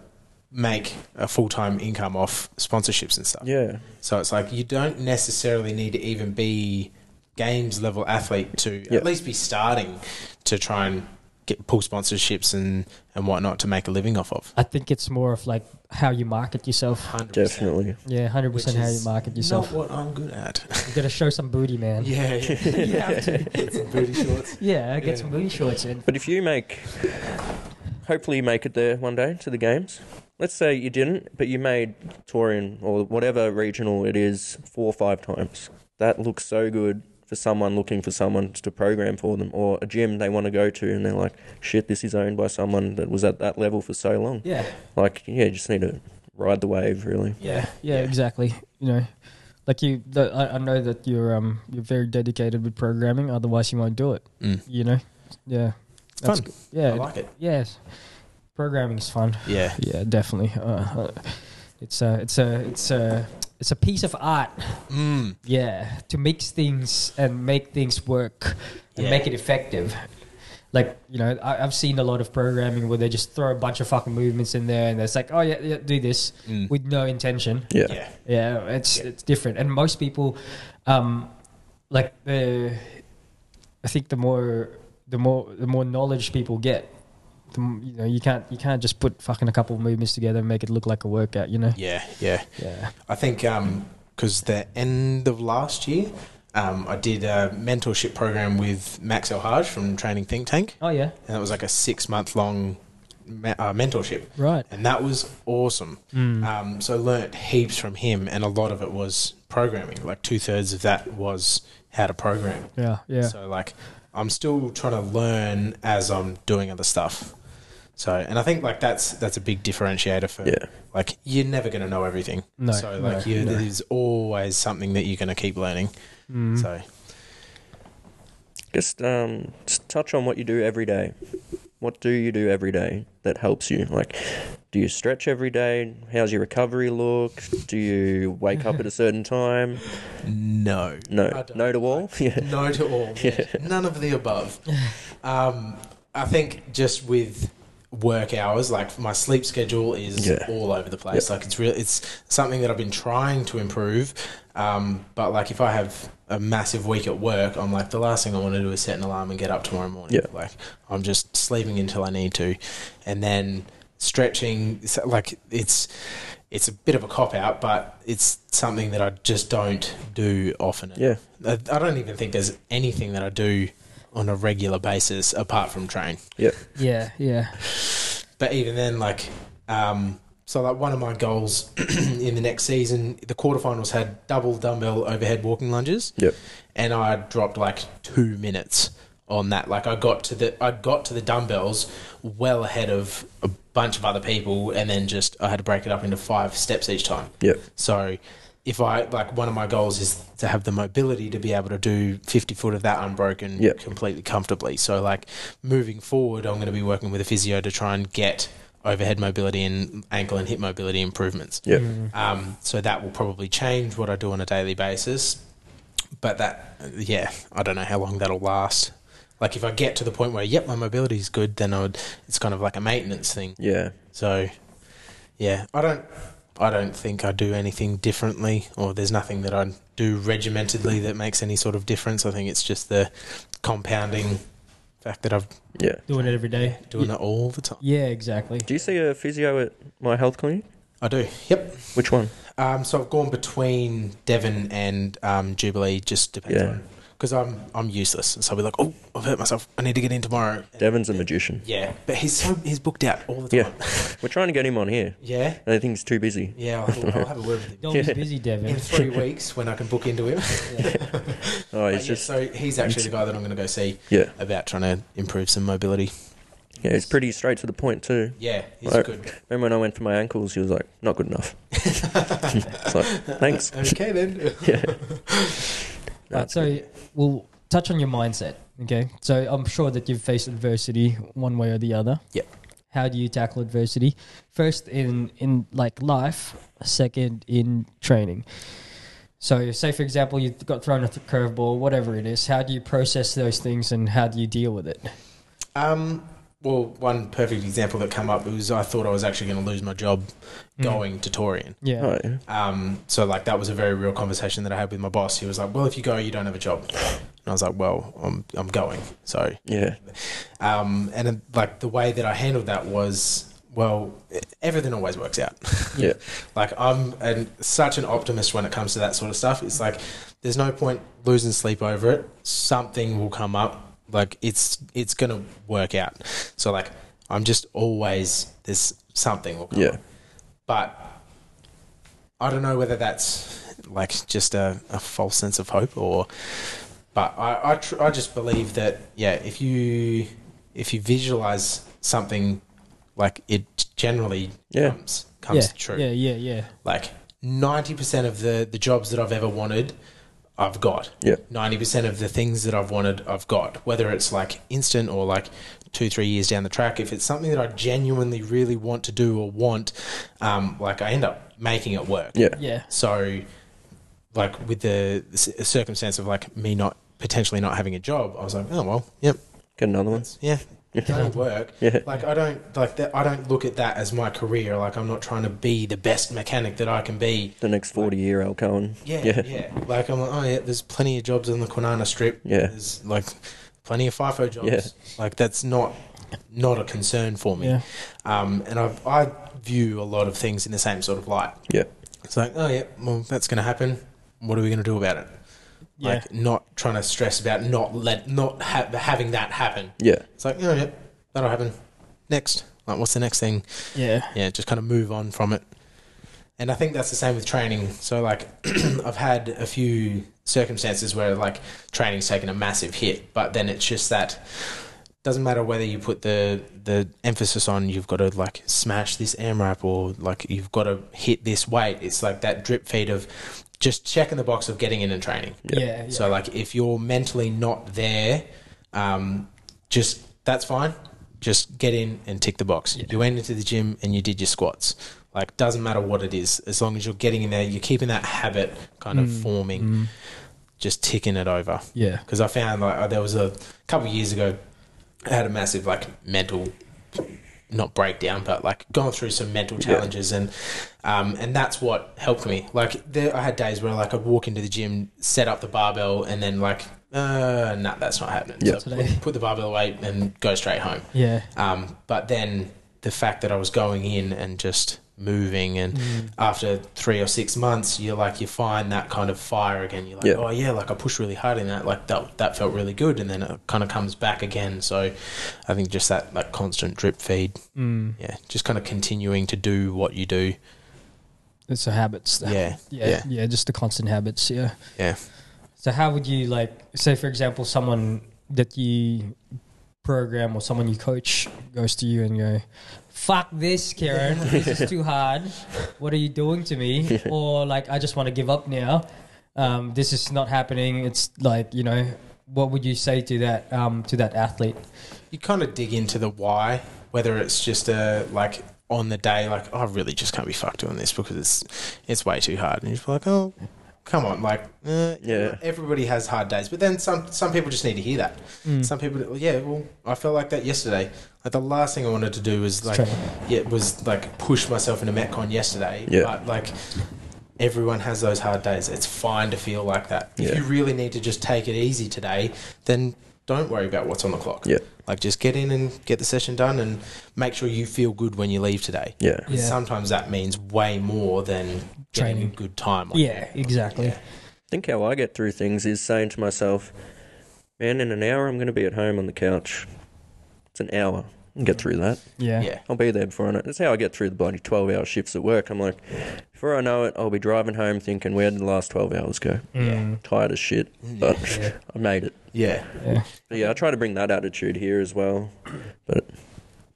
make a full-time income off sponsorships and stuff. Yeah. So it's like you don't necessarily need to even be games level athlete to Yeah. at least be starting to try and get pull sponsorships and and whatnot to make a living off of. I think it's more of like how you market yourself. 100%. Definitely. Yeah, hundred Which percent how you is market yourself. Not what I'm good at. You gotta show some booty, man. *laughs* Yeah, *laughs* yeah, yeah. you have to. *laughs* Get some booty shorts. get Yeah. some booty shorts in. But if you make, hopefully you make it there one day to the games. Let's say you didn't, but you made Torian or whatever regional it is four or five times. That looks so good for someone looking for someone to program for them or a gym they want to go to and they're like, shit, this is owned by someone that was at that level for so long. Yeah, Like, yeah, you just need to ride the wave, really. Yeah. yeah, exactly. You know, like you, the, I, I know that you're um you're very dedicated with programming. Otherwise, you won't do it. Mm. You know, yeah, It's fun. good. yeah, I like it. yes. Programming is fun. Yeah. Yeah, definitely. Uh, uh, it's a, it's a, it's a, it's a piece of art. Mm. Yeah, to mix things and make things work and Yeah. make it effective. Like you know, I, I've seen a lot of programming where they just throw a bunch of fucking movements in there, and it's like, oh yeah, yeah do this Mm. with no intention. Yeah. Yeah. Yeah, it's Yeah. it's different, and most people, um, like the, I think the more the more the more knowledge people get, the, m- you know, you can't you can't just put fucking a couple of movements together and make it look like a workout, you know? Yeah. Yeah. Yeah, I think because the end of last year, um, I did a mentorship program with Max Elhaj from Training Think Tank, Oh yeah, and it was like a six month long ma- uh, mentorship, right. Uh, and that was awesome. Mm. Um, so I learnt heaps from him, and a lot of it was programming. Like two thirds of that was how to program. Yeah, yeah. So like, I'm still trying to learn as I'm doing other stuff. So, and I think like that's that's a big differentiator for Yeah. like you're never going to know everything. No, so like no, you, no. there's always something that you're going to keep learning. Mm. So Just um, just touch on what you do every day. What do you do every day that helps you? Like, do you stretch every day? How's your recovery look? Do you wake up at a certain time? no, I No, don't. no to *laughs* all. Yeah, *laughs* no to all, none of the above. Um, I think just with work hours, like my sleep schedule is Yeah. all over the place. Yep. Like it's real, it's something that I've been trying to improve. Um, but like if I have a massive week at work, I'm like the last thing I want to do is set an alarm and get up tomorrow morning. Yeah. Like I'm just sleeping until I need to, and then stretching. so, Like it's it's a bit of a cop out, but it's something that I just don't do often. yeah, I, I don't even think there's anything that I do on a regular basis apart from train. yeah. yeah, yeah. But even then, like, um, so like one of my goals *clears throat* in the next season, the quarterfinals had double dumbbell overhead walking lunges. Yep. And I dropped like two minutes on that. Like I got to the I got to the dumbbells well ahead of a bunch of other people, and then just I had to break it up into five steps each time. Yep. So if I like one of my goals is to have the mobility to be able to do 50 foot of that unbroken Yep. completely comfortably. So like moving forward, I'm going to be working with a physio to try and get overhead mobility and ankle and hip mobility improvements. Yep. Um, so that will probably change what I do on a daily basis. But that, yeah, I don't know how long that'll last. Like if I get to the point where, yep, my mobility's good, then I would, it's kind of like a maintenance thing. yeah, So, yeah, I don't, I don't think I do anything differently, or there's nothing that I do regimentedly that makes any sort of difference. I think it's just the compounding fact that I've yeah. Doing it every day. doing yeah. it all the time. Yeah, exactly. Do you see a physio at my health clinic? I do. Yep. Which one? Um, so I've gone between Devon and um, Jubilee, just depends Yeah. on because I'm I'm useless, and so I'll be like, oh, I've hurt myself. I need to get in tomorrow. Devin's a magician. Yeah, but he's so he's booked out all the Yeah. time. We're trying to get him on here. Yeah, I think he's too busy. yeah. I'll, I'll have a word with him *laughs* Don't be busy, in Devin. three weeks when I can book into him. Oh, But he's yeah, just so he's actually the guy that I'm going to go see yeah, about trying to improve some mobility. yeah. He's pretty straight to the point too. Yeah, he's Right. good. Remember when I went for my ankles? He was like, "Not good enough." it's like, thanks. okay then. *laughs* Yeah. Right, so we'll touch on your mindset. Okay, so I'm sure that you've faced adversity one way or the other. Yep. How do you tackle adversity? First in in like life, second in training. So, say for example, you got thrown a th- curveball, whatever it is. How do you process those things, and how do you deal with it? Um, well, one perfect example that come up was I thought I was actually going to lose my job Mm. going to Torian. Yeah. Oh, yeah. Um, so like that was a very real conversation that I had with my boss. He was like, "Well, if you go, you don't have a job." And I was like, "Well, I'm I'm going." So, yeah, um, and uh, like the way that I handled that was, well, e- everything always works out. *laughs* yeah, *laughs* Like I'm an, such an optimist when it comes to that sort of stuff. It's like there's no point losing sleep over it. Something will come up. Like it's it's gonna work out. So like I'm just always there's something will come yeah. up. But I don't know whether that's like just a, a false sense of hope or. But I I, tr- I just believe that yeah if you if you visualize something like it generally Yeah. comes comes yeah. true Yeah, yeah, yeah. like 90% of the, the jobs that I've ever wanted, I've got. Yeah. 90% of the things that I've wanted, I've got. Whether it's like instant or like two, three years down the track, if it's something that I genuinely really want to do or want, um, like I end up making it work. yeah, Yeah. So, like with the c- circumstance of like me not potentially not having a job, I was like, oh, well, yep, Get another one. yeah, that'll work. Yeah. Like I don't like that. I don't look at that as my career. Like I'm not trying to be the best mechanic that I can be. The next forty-year old Cohen. Yeah, yeah, yeah. Like I'm like, oh yeah, there's plenty of jobs on the Quinana Strip. Yeah. there's like plenty of FIFO jobs. Yeah. Like that's not not a concern for me. Yeah. Um, and I I view a lot of things in the same sort of light. yeah. It's like, oh yeah, well that's going to happen. What are we going to do about it? Yeah. Like not trying to stress about not let not ha- having that happen. yeah. It's like, oh yeah, that'll happen. Next, like what's the next thing? yeah. yeah, just kind of move on from it. And I think that's the same with training. So like, *clears throat* I've had a few circumstances where like training's taken a massive hit, but then it's just that doesn't matter whether you put the the emphasis on you've got to like smash this AMRAP or like you've got to hit this weight. It's like that drip feed of just checking the box of getting in and training. Yeah. Yeah. So like if you're mentally not there, um, just that's fine. Just get in and tick the box. You went into the gym and you did your squats. Like doesn't matter what it is, as long as you're getting in there, you're keeping that habit kind of forming, just ticking it over. Mm. Yeah. Because I found like uh, there was a couple of years ago, I had a massive like mental, not breakdown, but like going through some mental challenges, and um, and that's what helped me. Like there, I had days where like I'd walk into the gym, set up the barbell, and then like, uh, nah, that's not happening. Yeah. So put, put the barbell away and go straight home. Yeah. Um, but then the fact that I was going in and just moving, and Mm. after three or six months, you're like you find that kind of fire again. You're like, Yeah. oh yeah, like I pushed really hard in that, like that that felt really good, and then it kind of comes back again. So I think just that like constant drip feed, Mm. yeah, just kind of continuing to do what you do, It's a habits. yeah, Yeah, yeah, just the constant habits. Yeah. yeah. So how would you like say, for example, someone that you program or someone you coach goes to you and go, "Fuck this, Karen. this is too hard. What are you doing to me?" Or like, "I just want to give up now. Um, this is not happening." It's like you know, what would you say to that um, to that athlete? you kind of dig into the why, whether it's just a like on the day, like "Oh, I really just can't be fucked doing this because it's it's way too hard, and you're just like, oh, come on, like uh, Yeah. everybody has hard days, but then some some people just need to hear that. Some people, yeah, well, I felt like that yesterday. Like the last thing I wanted to do was like, Training. yeah, was like push myself into metcon yesterday, Yeah. but like. Everyone has those hard days. It's fine to feel like that. If Yeah. you really need to just take it easy today, then don't worry about what's on the clock. Yeah. Like just get in and get the session done and make sure you feel good when you leave today. Yeah. 'Cause Yeah. Sometimes that means way more than getting Training. a good time. on Yeah, exactly. think how I get through things is saying to myself, man, in an hour I'm going to be at home on the couch. It's an hour. I can get through that. Yeah. Yeah. I'll be there before I know. That's how I get through the bloody 12 hour shifts at work. I'm like, before I know it, I'll be driving home thinking, where did the last 12 hours go? Mm. Tired as shit, but *laughs* Yeah. I made it. Yeah. Yeah. But yeah, I try to bring that attitude here as well, but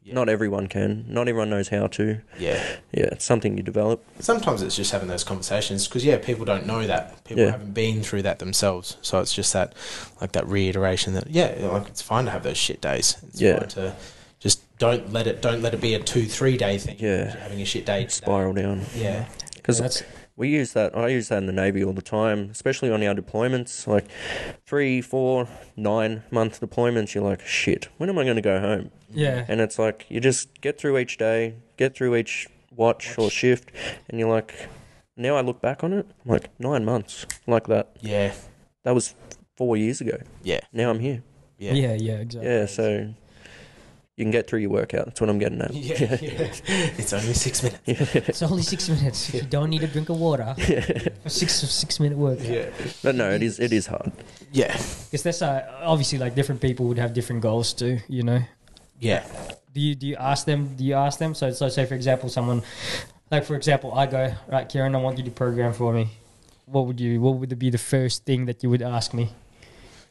Yeah. not everyone can. Not everyone knows how to. Yeah. Yeah, it's something you develop. Sometimes it's just having those conversations because yeah, people don't know that. People Yeah. haven't been through that themselves, so it's just that, like that reiteration that yeah, like it's fine to have those shit days. It's Yeah. fine to just don't let it don't let it be a two three day thing. Yeah. You're having a shit day. today. Spiral down. Yeah. Because Yeah, that's- we use that, I use that in the Navy all the time, especially on our deployments, like three, four, nine month deployments. You're like, shit, when am I going to go home? Yeah. And it's like, you just get through each day, get through each watch, or shift, and you're like, now I look back on it, I'm like, nine months, like that. Yeah. That was four years ago. Yeah. Now I'm here. Yeah. Yeah. Yeah. Exactly. Yeah, so you can get through your workout. That's what I'm getting *laughs* at. Yeah, *laughs* yeah. it's only six minutes. It's only six minutes. If you don't need a drink of water, a six six minute work. Yeah, But no, it is, it is hard. yeah, Because that's uh, obviously like different people would have different goals too. You know. yeah, do you do you ask them do you ask them so so say for example someone like for example i go right kieran i want you to program for me what would you what would be the first thing that you would ask me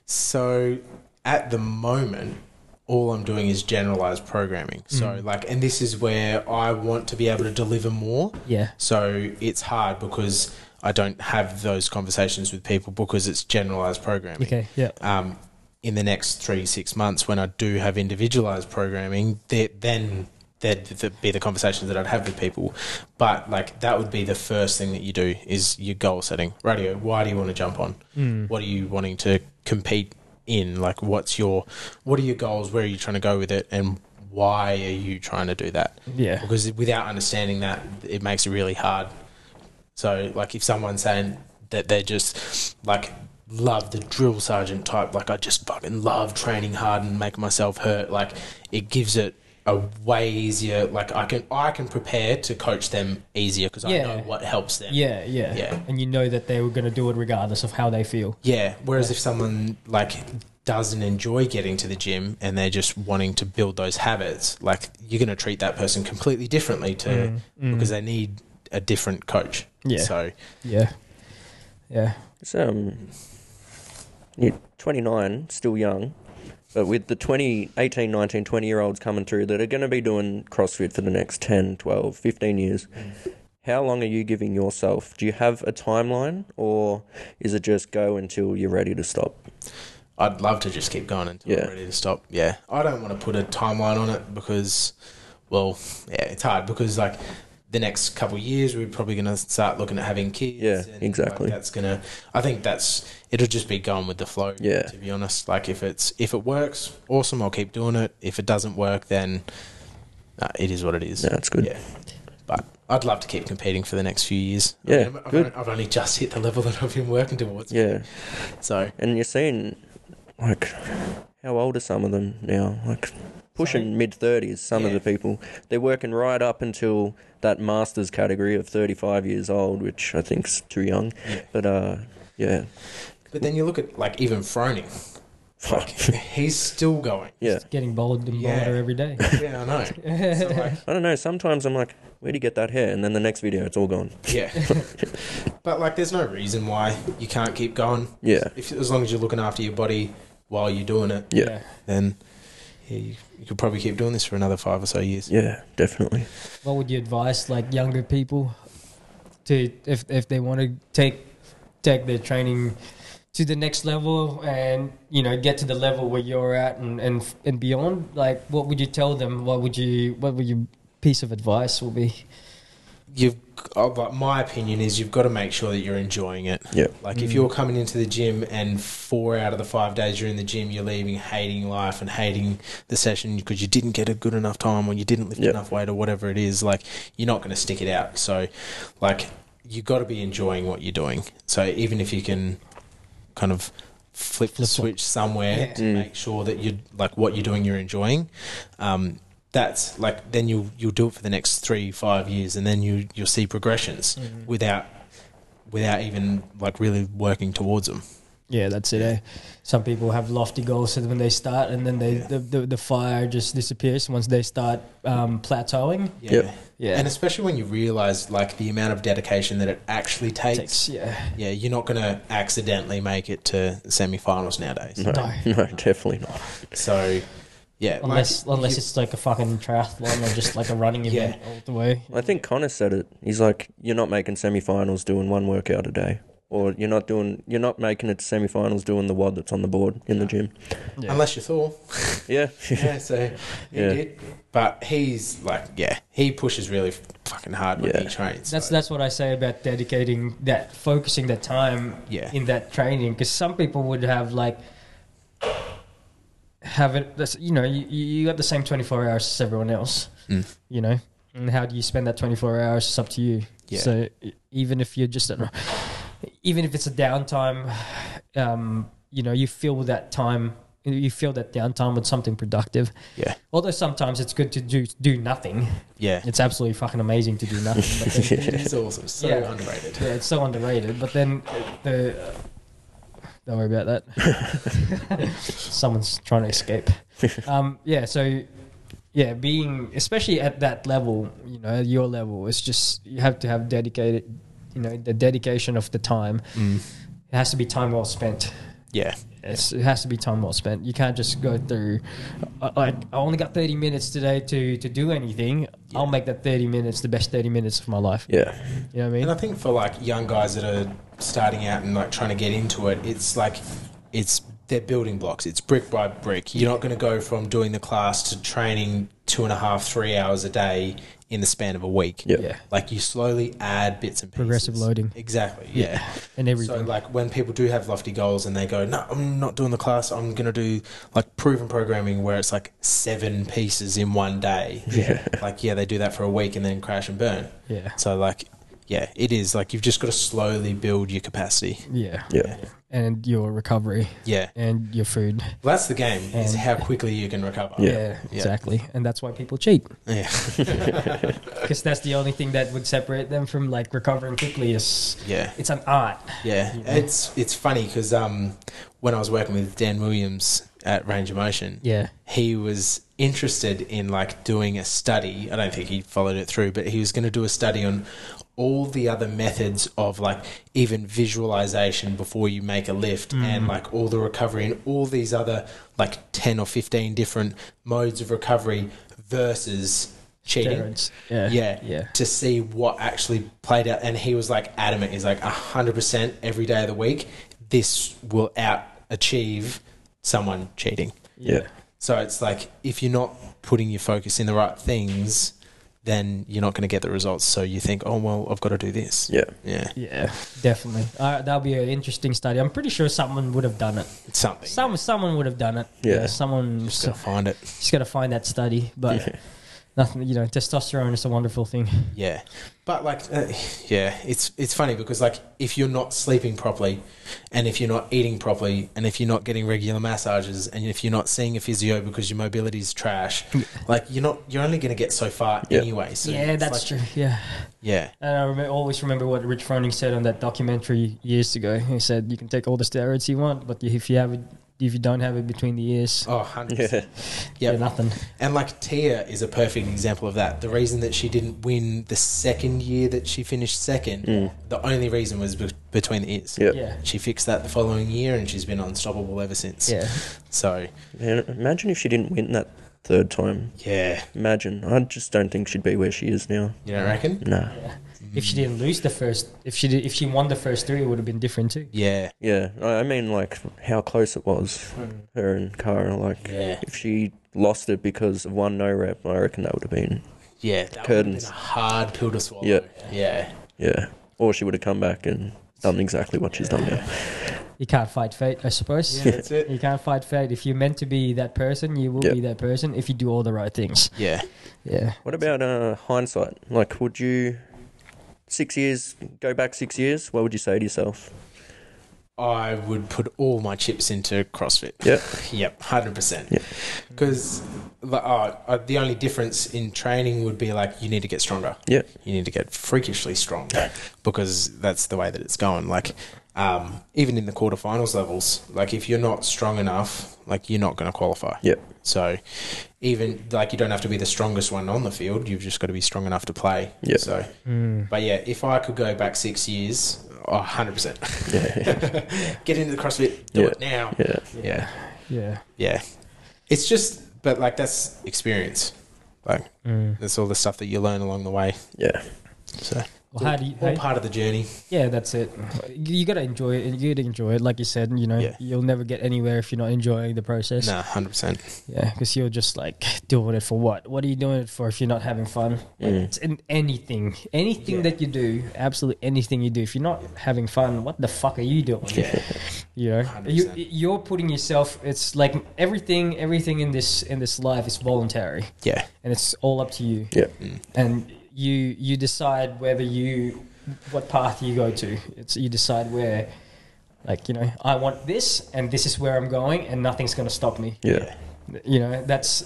So at the moment, all I'm doing is generalized programming. So like, and this is where I want to be able to deliver more. yeah So it's hard because I don't have those conversations with people because it's generalized programming. okay yeah Um, in the next three six months, when I do have individualized programming, there- then there'd th- be the conversations that I'd have with people. But like that would be the first thing that you do is your goal setting. Radio. Why do you want to jump on? What are you wanting to compete in? Like, what's your what are your goals? Where are you trying to go with it? And why are you trying to do that? yeah because without understanding that, it makes it really hard. So, like, if someone's saying that they just like love the drill sergeant type, like I just fucking love training hard and making myself hurt, like it gives it a way easier. Like I can I can prepare to coach them easier because Yeah. I know what helps them. yeah yeah Yeah. and you know that they were going to do it regardless of how they feel Yeah. Whereas if someone like doesn't enjoy getting to the gym and they're just wanting to build those habits, like you're going to treat that person completely differently to because they need a different coach. Mm. Yeah. So yeah yeah It's um, you're 29, still young, but with the 20, 18, 19, 20 year olds coming through that are going to be doing CrossFit for the next 10, 12, 15 years, how long are you giving yourself? Do you have a timeline or is it just go until you're ready to stop? I'd love to just keep going until Yeah. I'm ready to stop. Yeah. I don't want to put a timeline on it because, well, yeah, it's hard because like the next couple of years we're probably going to start looking at having kids. Yeah, like, exactly. that's gonna. I think that's it'll just be going with the flow. Yeah. To be honest, like if it's if it works, awesome. I'll keep doing it. If it doesn't work, then nah, it is what it is. No, that's good. Yeah. But I'd love to keep competing for the next few years. I Yeah, mean, I've, good. Only, I've only just hit the level that I've been working towards. Yeah. So And you're seeing, like, how old are some of them now? Like, pushing mid 30s, some of Yeah. the people. They're working right up until that master's category of 35 years old, which I think's too young. But, uh, yeah. But then you look at like even Froning, Fuck. he's still going. *laughs* yeah. It's getting bold and bolder Yeah. every day Yeah, I know. So like, I don't know. Sometimes I'm like, where'd you get that hair? And then the next video, it's all gone. *laughs* yeah. But like, there's no reason why you can't keep going. Yeah. If as long as you're looking after your body while you're doing it, Yeah. then yeah, you, you could probably keep doing this for another five or so years. Yeah, definitely. what would you advise like younger people to if if they want to take take their training to the next level and you know get to the level where you're at and and, and beyond like what would you tell them what would you what would your piece of advice will be You've, uh, like, my opinion is you've got to make sure that you're enjoying it. Yeah. Like if you're coming into the gym and four out of the five days you're in the gym, you're leaving hating life and hating the session because you didn't get a good enough time or you didn't lift Yeah. enough weight or whatever it is. Like you're not going to stick it out. So, like you got to be enjoying what you're doing. So even if you can kind of flip, the Flip-flop. switch somewhere Yeah. to make sure that you like what you're doing, you're enjoying. Um, that's like then Mm-hmm. you'll you'll do it for the next three five years, and then you you'll see progressions without without even like really working towards them. Yeah, that's it. Eh? Some people have lofty goals and when they start, and then they the, the, the fire just disappears once they start um, plateauing. Yeah. Yep. Yeah, And especially when you realize like the amount of dedication that it actually takes. Takes- yeah, Yeah, you're not going to accidentally make it to semi-finals nowadays. No, No. *laughs* no, definitely not. So, yeah, like, unless unless you- it's like a fucking triathlon or just like a running Yeah. event all the way. I think Connor said it. He's like, you're not making semifinals doing one workout a day, or you're not doing, you're not making it to semifinals doing the wad that's on the board in the *laughs* gym. Yeah. unless *laughs* you're Thor. Yeah, yeah, so he Yeah. did. But he's like, yeah, he pushes really fucking hard when Yeah. he trains. That's so, that's what I say about dedicating that, focusing that time Yeah. in that training. Because some people would have like have it. That's, you know, you, you got the same twenty four hours as everyone else. Mm. You know, and how do you spend that twenty four hours? It's up to you. Yeah. So e- even if you're just at, even if it's a downtime, um, you know, you fill that time. You fill that downtime with something productive. Yeah. Although sometimes it's good to do do nothing. *laughs* Yeah. It's absolutely fucking amazing to do nothing. But then *laughs* It is awesome. So Yeah. underrated. yeah, it's so underrated. But then the don't worry about that. *laughs* Someone's trying to escape. Um, yeah, so yeah, being especially at that level, you know, at your level, it's just you have to have dedicated, you know, the dedication of the time. Mm. It has to be time well spent. Yeah. It's, it has to be time well spent. You can't just go through uh, like I only got thirty minutes today to to do anything. I'll make that thirty minutes the best thirty minutes of my life. yeah, You know what I mean? And I think for like young guys that are starting out and like trying to get into it, it's like it's they're building blocks. It's brick by brick. You're not going to go from doing the class to training two and a half, three hours a day in the span of a week. Yep. Yeah. Like you slowly add bits and pieces. Progressive loading. Exactly. Yeah. And everything. So like when people do have lofty goals and they go, no, I'm not doing the class. I'm going to do like proven programming where it's like seven pieces in one day. yeah, Like yeah, they do that for a week and then crash and burn. Yeah. So like, yeah, it is like you've just got to slowly build your capacity. Yeah. yeah, And your recovery Yeah, and your food. well, that's the game is And- how quickly you can recover. Yeah. exactly. And that's why people cheat yeah, *laughs* because that's the only thing that would separate them from like recovering quickly is yeah, it's an art. yeah. It's it's funny because um, when I was working with Dan Williams at Range of Motion, Yeah. he was interested in like doing a study. I don't think he followed it through, but he was going to do a study on all the other methods of like even visualization before you make a lift and like all the recovery and all these other like 10 or 15 different modes of recovery versus cheating. Steroids. Yeah. Yeah. Yeah. To see what actually played out. And he was like adamant. He's like 100% every day of the week, this will out achieve someone cheating. yeah, So it's like if you're not putting your focus in the right things, then you're not going to get the results. So you think, oh well, I've got to do this. yeah. Yeah, Yeah, definitely. Uh, that'll be an interesting study. I'm pretty sure someone would have done it. it's something. Some someone would have done it. Yeah. someone Just got to find it. just got to find that study, but nothing. You know, testosterone is a wonderful thing. Yeah, but like, uh, yeah, it's it's funny because like if you're not sleeping properly, and if you're not eating properly, and if you're not getting regular massages, and if you're not seeing a physio because your mobility's trash, like you're not you're only going to get so far Yeah. anyway. So yeah, it's that's like- true. Yeah. Yeah, And I remember, always remember what Rich Froning said on that documentary years ago. He said, "You can take all the steroids you want, but if you have it, if you don't have it between the ears, oh, 100%. yeah. *laughs* you're nothing." And like Tia is a perfect example of that. The reason that she didn't win the second year that she finished second, Mm. the only reason was be- between the ears. Yep. Yeah, She fixed that the following year and she's been unstoppable ever since. yeah, So, Man, imagine if she didn't win that third time. yeah. Imagine. I just don't think she'd be where she is now. You don't reckon? Nah. yeah. If she didn't lose the first, if she did, if she won the first three, it would have been different too. Yeah. Yeah, I I mean, like how close it was, Hmm. her and Kara. Like, Yeah. if she lost it because of one no rep, I reckon that would have been, Yeah. That Curtains. Curtains. a hard pill to swallow. Yep. Yeah. yeah. Or she would have come back and done exactly what she's done now. You can't fight fate, I suppose. Yeah, that's *laughs* it. You can't fight fate. If you're meant to be that person, you will Yeah. be that person if you do all the right things. Yeah. Yeah. What about uh, hindsight? Like, would you six years go back six years? What would you say to yourself? I would put all my chips into CrossFit. Yep. *laughs* Yep, hundred percent. Yep. Because the, uh, uh, the only difference in training would be like you need to get stronger. Yeah. you need to get freakishly strong because that's the way that it's going. Like, um, even in the quarterfinals levels, like if you're not strong enough, like you're not going to qualify. Yep. So, even like you don't have to be the strongest one on the field. You've just got to be strong enough to play. Yep. So, but yeah, if I could go back six years, hundred percent. Yeah. *laughs* Get into the CrossFit. Do Yeah. it now. Yeah. Yeah. Yeah. Yeah. It's just, but like that's experience. Like that's all the stuff that you learn along the way. Yeah. So Well, how do you, all how- part of the journey. Yeah, that's it. You, you gotta enjoy it. You gotta enjoy it, like you said. You know, Yeah. you'll never get anywhere if you're not enjoying the process. No, hundred percent. Yeah, because you're just like *laughs* doing it for what? What are you doing it for if you're not having fun? Like, Mm. It's in anything, anything Yeah. that you do, absolutely anything you do. If you're not having fun, what the fuck are you doing? Yeah. You know, 100%. you, you're putting yourself. It's like everything, everything in this in this life is voluntary, Yeah. and it's all up to you. Yeah. And you you decide whether you what path you go to. It's you decide where, like you know, I want this, and this is where I'm going, and nothing's gonna stop me Yeah. you know that's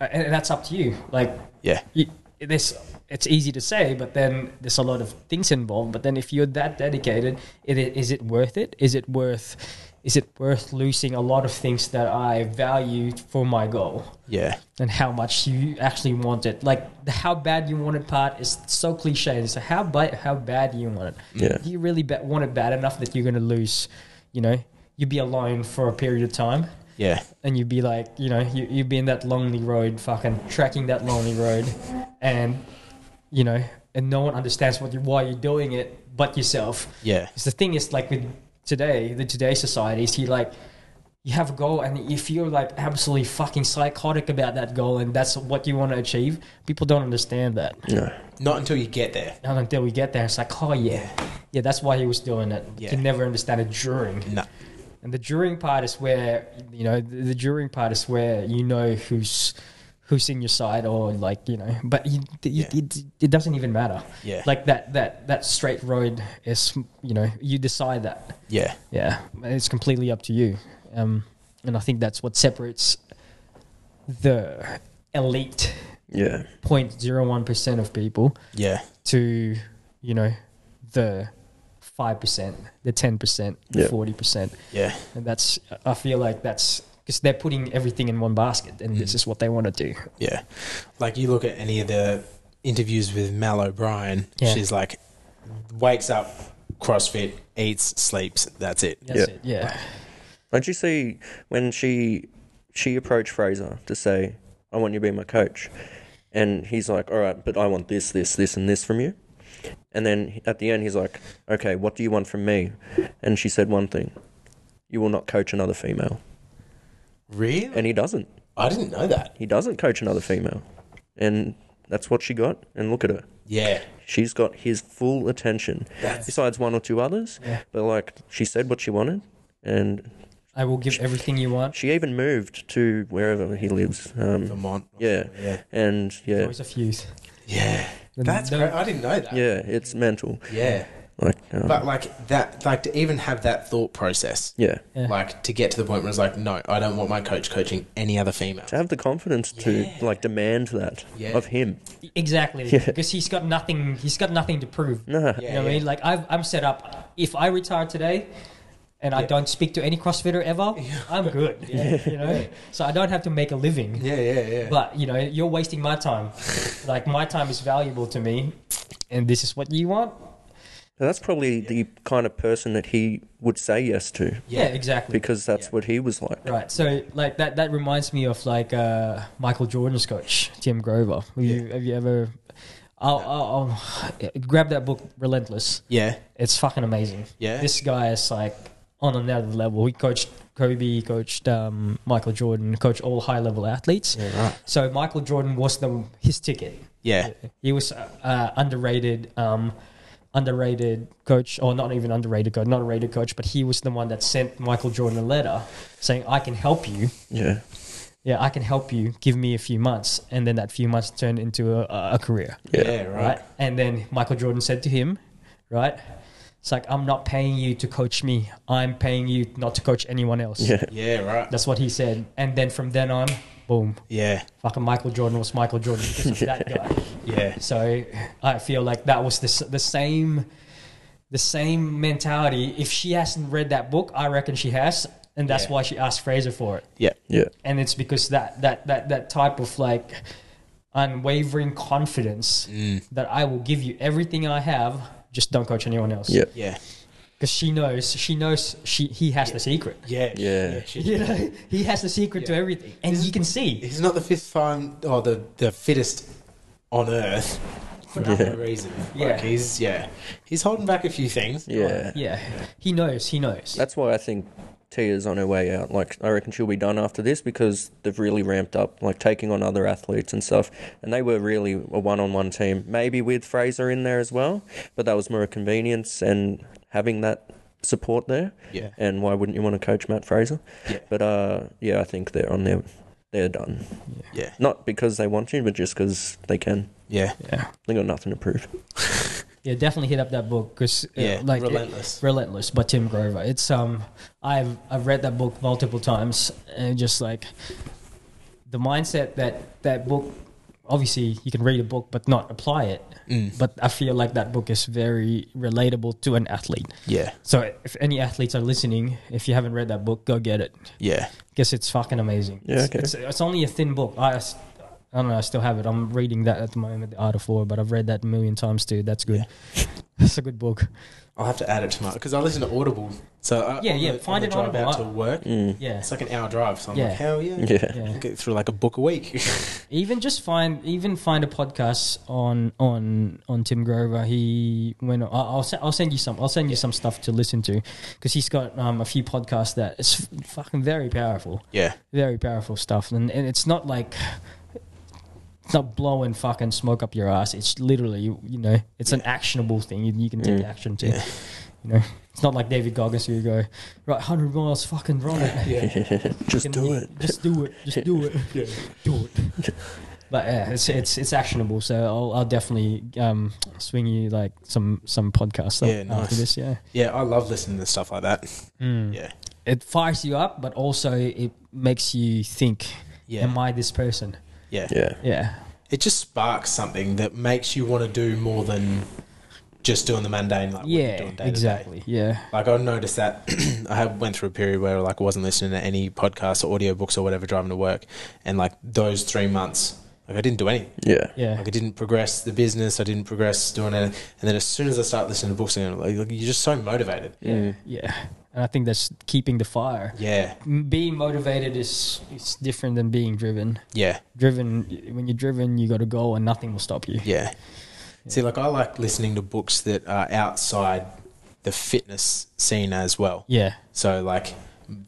uh, and that's up to you like Yeah. you, this it's easy to say but then there's a lot of things involved but then if you're that dedicated it, i- is it worth it is it worth is it worth losing a lot of things that i value for my goal Yeah. and how much you actually want it like the how bad you want it part is so cliche so how bad how bad you want it Yeah. do you really ba- want it bad enough that you're going to lose you know you'd be alone for a period of time Yeah. and you'd be like, you know, you, you'd be in that lonely road, fucking tracking that lonely road, and you know, and no one understands what you, why you're doing it but yourself. Yeah. Because the thing is, like with today, the today society is you like, you have a goal, and if you're like absolutely fucking psychotic about that goal, and that's what you want to achieve, people don't understand that. No. Not until you get there. Not until we get there, it's like, oh yeah, yeah, that's why he was doing it. You Yeah. can never understand it during. No. And the during part is where you know the, the during part is where you know who's who's in your side or like you know, but you, you, Yeah. it, it doesn't even matter. Yeah. Like that that that straight road is you know you decide that. Yeah. Yeah, it's completely up to you. Um, and I think that's what separates the elite Yeah. 0.01 percent of people Yeah. to you know the five percent, the ten percent, Yeah. forty percent Yeah. and that's I feel like that's because they're putting everything in one basket, and this is what they want to do. Yeah. Like you look at any of the interviews with Mal O'Brien, Yeah. she's like wakes up, CrossFit, eats, sleeps, that's it. That's Yeah. it. Yeah, Don't you see when she she approached Fraser to say, "I want you to be my coach," and he's like, "All right, but I want this, this, this, and this from you." And then at the end, he's like, "Okay, what do you want from me?" And she said one thing: "You will not coach another female." Really? And he doesn't. I didn't know that. He doesn't coach another female, and that's what she got. And look at her. Yeah. She's got his full attention, That's- besides one or two others. But like, she said what she wanted, and I will give everything you want. she even moved to wherever he lives. Um, Vermont. yeah, Yeah. and yeah, Voice of youth. Yeah. That's the- great. I didn't know that. yeah, it's mental. Yeah. Like, um, But like that, like to even have that thought process, yeah, Yeah. like to get to the point where it's like, no, I don't want my coach coaching any other female. to have the confidence to Yeah. like demand that Yeah. of him. Exactly, Yeah. because he's got nothing. He's got nothing to prove. Nah. You Yeah. know what I mean? Like I've, I'm set up. If I retire today, and I Yeah. don't speak to any CrossFitter ever, I'm good. You know, so I don't have to make a living. Yeah, yeah, yeah. But you know, you're wasting my time. like my time is valuable to me, and this is what you want. Now, That's probably the kind of person that he would say yes to Yeah, Yeah. exactly. because that's what he was like. Right. So like that that reminds me of like uh, Michael Jordan's coach Tim Grover. Have you, have you ever? I'll, I'll, I'll grab that book, Relentless. yeah, It's fucking amazing. Yeah. This guy is like on another level. He coached Kobe, he coached um, Michael Jordan, coached all high level athletes. right. So Michael Jordan was the his ticket. yeah, He was uh, uh, underrated, um, underrated coach, or not even underrated coach, not a rated coach, but he was the one that sent Michael Jordan a letter saying, "I can help you. Yeah, Yeah, I can help you. Give me a few months." And then that few months turned into a, a career, yeah, Yeah. right. right? And then Michael Jordan said to him, "Right, It's like I'm not paying you to coach me. I'm paying you not to coach anyone else. Yeah. Yeah, right. That's what he said. And then from then on, boom, Yeah, fucking Michael Jordan was Michael Jordan because of that guy. yeah, So I feel like that was the s- the same the same mentality. If she hasn't read that book, I reckon she has, and that's Yeah. why she asked Fraser for it. yeah, Yeah. And it's because that that that that type of like unwavering confidence that I will give you everything I have. Just don't coach anyone else. Yeah. yeah, Because she knows, she knows, she he has the secret. yeah, Yeah. shit. You know, *laughs* he has the secret to Yeah. everything, and you can see. He's not the fifth time or the, the fittest on earth for no reason. Yeah, Yeah. like he's yeah, he's holding back a few things. Yeah. Yeah, he knows. He knows. That's why I think Tia's on her way out. Like, I reckon she'll be done after this because they've really ramped up, like taking on other athletes and stuff. And they were really a one on one team, maybe with Fraser in there as well, but that was more a convenience and having that support there. Yeah. And why wouldn't you want to coach Matt Fraser? Yeah. But uh, yeah, I think they're on their. They're done. Yeah, Not because they want to, but just because they can. yeah, yeah. They got nothing to prove. Yeah, definitely hit up that book because yeah. like Relentless. Relentless by Tim Grover. It's um, I've I've read that book multiple times and just like the mindset that that book. Obviously, you can read a book but not apply it. Mm. But I feel like that book is very relatable to an athlete. yeah, So if any athletes are listening, if you haven't read that book, go get it. yeah, Guess it's fucking amazing. Yeah, it's, okay. it's, it's only a thin book. I, s- I don't know. I still have it. I'm reading that at the moment, The Art of War, but I've read that a million times too. That's good. *laughs* It's a *laughs* good book. I'll have to add it to my because I listen to Audible. So I, Yeah, on yeah, the- find on the it on drive out to Audible. work. Mm. Yeah. It's like an hour drive, so I'm Yeah. like, hell yeah. Yeah. Yeah. Get through like a book a week. *laughs* Even just find even find a podcast on on on Tim Grover. He when I- I'll se- I'll send you some I'll send you some stuff to listen to because he's got um, a few podcasts that it's fucking very powerful, yeah, very powerful stuff. And, and it's not like it's not blowing fucking smoke up your ass. It's literally you, you know it's an actionable thing you, you can take Mm. action to. You know it's not like David Goggins who you go right hundred miles fucking run it. *laughs* Just Fucking- do it. Just do it. Just do it. *laughs* Do it. But yeah, it's it's it's actionable. So I'll I'll definitely um swing you like some some podcasts Yeah, after nice. this. Yeah, yeah. I love listening to stuff like that. Mm. Yeah, it fires you up, but also it makes you think. Yeah. Am I this person? yeah, Yeah. Yeah. It just sparks something that makes you want to do more than just doing the mundane. Like what you're yeah. doing day to day. Exactly. Yeah. Like I noticed that *clears throat* I had went through a period where like I wasn't listening to any podcasts or audiobooks or whatever driving to work, and like those three months, like I didn't do anything. Yeah. Yeah. Like I didn't progress the business. I didn't progress doing anything. And then as soon as I start listening to books, again, like, like, you're just so motivated. yeah. Mm. Yeah. And I think that's keeping the fire. Yeah, M- Being motivated is is different than being driven. yeah, Driven when you're driven, you got a goal and nothing will stop you. yeah. See, like I like listening to books that are outside the fitness scene as well. Yeah. So like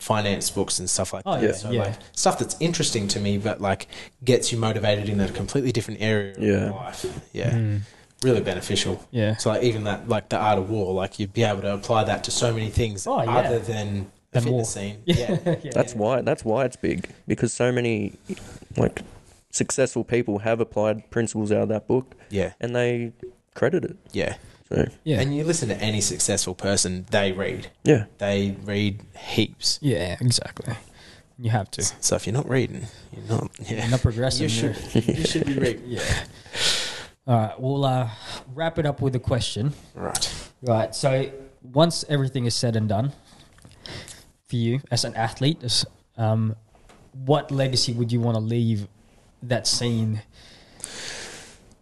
finance books and stuff like Oh, that. yeah, So yeah. like stuff that's interesting to me but like gets you motivated in a completely different area of Yeah. life. Yeah. Really beneficial. Hmm. Yeah. *laughs* Mm. So like even that like the art of war, like you'd be able to apply that to so many things Oh, yeah. other than the Than fitness war. *laughs* scene. Yeah. yeah. That's why. That's why it's big because so many, like, successful people have applied principles out of that book, Yeah. and they credit it. So Yeah. And you listen to any successful person, they read. yeah, They read heaps. Yeah, exactly. You have to. So if you're not reading, you're not yeah. You're not progressing. You should you should be reading. Yeah. All right. We'll uh, wrap it up with a question. *laughs* Right. Right. So once everything is said and done, for you as an athlete, as, um, what legacy would you want to leave that scene?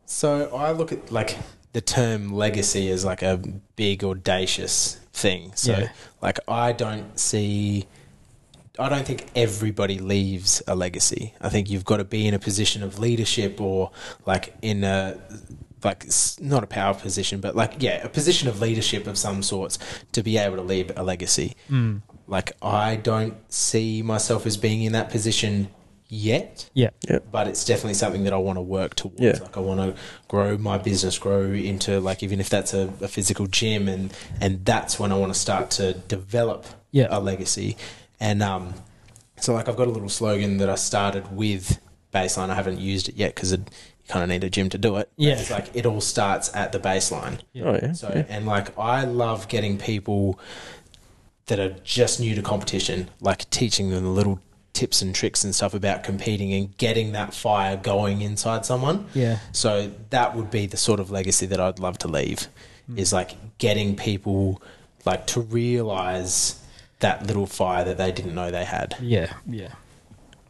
So I look at like the term legacy as like a big audacious thing. So Yeah. like I don't see I don't think everybody leaves a legacy. I think you've got to be in a position of leadership or like in a like s- not a power position but like yeah, a position of leadership of some sorts to be able to leave a legacy. Like I don't see myself as being in that position yet Yeah. yeah, but it's definitely something that I want to work towards. Yeah. Like I want to grow my business, grow into like even if that's a, a physical gym, and and that's when I want to start to develop Yeah. a legacy. And um, so like I've got a little slogan that I started with baseline. I haven't used it yet because it you kind of need a gym to do it. But Yeah. It's like it all starts at the baseline. Oh yeah. So, and like, I love getting people that are just new to competition, like teaching them the little tips and tricks and stuff about competing and getting that fire going inside someone. Yeah. So, that would be the sort of legacy that I'd love to leave Hmm. is like getting people like to realize that little fire that they didn't know they had. Yeah, yeah.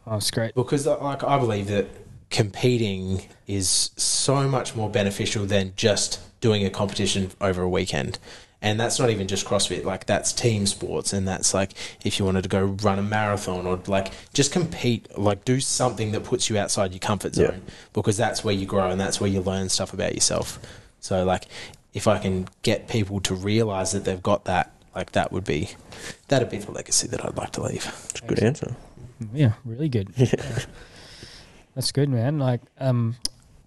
Oh, that's great. Because uh, like I believe that competing is so much more beneficial than just doing a competition over a weekend. And that's not even just CrossFit, like that's team sports and that's like if you wanted to go run a marathon or like just compete, like do something that puts you outside your comfort Yeah. zone because that's where you grow and that's where you learn stuff about yourself. So like if I can get people to realize that they've got that, like that would be that'd be the legacy that I'd like to leave. It's a good answer. Yeah, really *laughs* good. That's good, man. Like, um,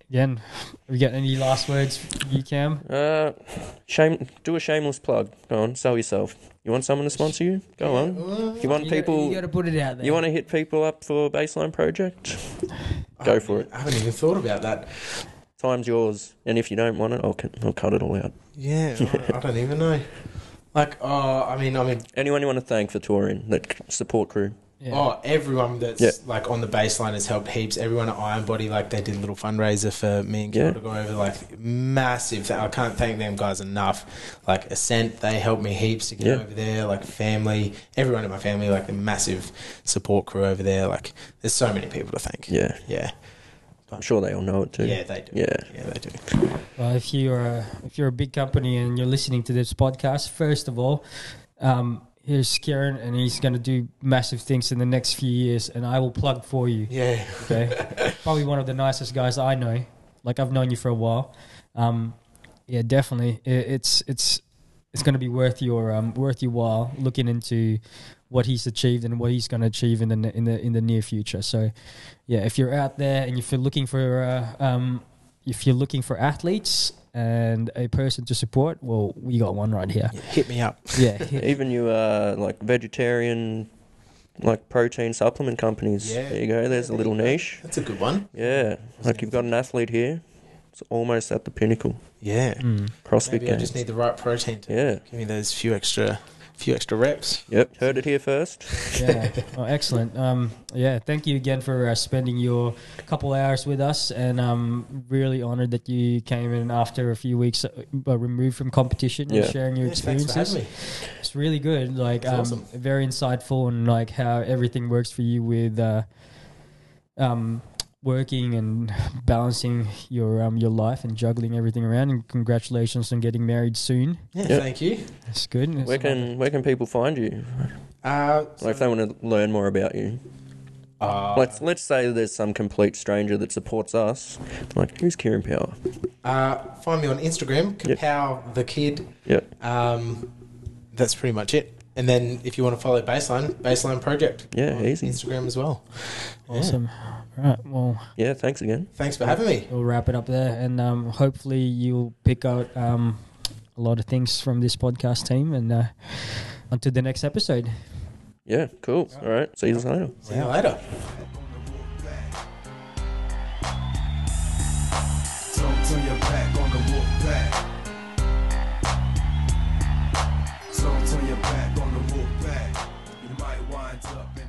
again, have you got any last words, you Cam? Uh, shame. Do a shameless plug. Go on, sell yourself. You want someone to sponsor you? Go on. You want people? you got to put it out there. You want to hit people up for baseline project? Go for it. I haven't even thought about that. Time's yours. And if you don't want it, I'll, cut- I'll cut it all out. Yeah, I, I don't even know. Like, oh, I mean, I mean, Anyone you want to thank for touring, the c- support crew. Yeah. oh, everyone that's Yeah. like on the baseline has helped heaps. Everyone at Iron Body, like, they did a little fundraiser for me and Kel Yeah. to go over, like, massive. Th- I can't thank them guys enough. Like, Ascent, they helped me heaps to get Yeah. over there. Like, family, everyone in my family, like, the massive support crew over there. Like, there's so many people to thank. Yeah, Yeah. I'm sure they all know it too. Yeah, they do. Yeah. Yeah, they do. Well, if you're a, if you're a big company and you're listening to this podcast, first of all, um, here's Kieran, and he's going to do massive things in the next few years, and I will plug for you. Yeah. Okay, probably one of the nicest guys I know. Like I've known you for a while. Um, yeah, definitely. I it's it's it's going to be worth your um, worth your while looking into what he's achieved and what he's going to achieve in the ne- in the in the near future. So, yeah, if you're out there and if you're looking for uh, um, if you're looking for athletes and a person to support, well, we got one right *laughs* here. Hit me up. Yeah, Even you, uh, like vegetarian, like protein supplement companies. Yeah. There you go. There's a little niche. That's a good one. Yeah, like you've got an athlete here. It's almost at the pinnacle. Yeah. Mm. CrossFit Maybe I games. just need the right protein to yeah. Give me those few extra, few extra reps. Yep. Heard it here first. *laughs* yeah. Oh, excellent. Um, yeah. Thank you again for uh, spending your couple hours with us, and um, really honored that you came in after a few weeks uh, uh, removed from competition Yeah. and sharing your experiences. It's really good. Like, That's um, awesome. very insightful, and like how everything works for you with. Uh, um, working and balancing your um, your life and juggling everything around and congratulations on getting married soon Yeah, Yeah. thank you. that's good It's Where can where can people find you? Uh, Like if they want to learn more about you. uh, Let's let's say there's some complete stranger that supports us. Like who's Kieran Power? uh, find me on Instagram, Yep. Kapow the Kid. Yep. Um, that's pretty much it. And then if you want to follow Baseline, Baseline Project. Yeah, on easy. Instagram as well. Yeah. awesome All right well Yeah. Thanks again. Thanks for having me. we'll wrap it up there and um, hopefully you'll pick out um, a lot of things from this podcast team and uh, until the next episode Yeah. Cool. All right. See you later. See you later. Don't turn your back on the wolf pack. Don't turn your back on the wolf pack. You might wind up in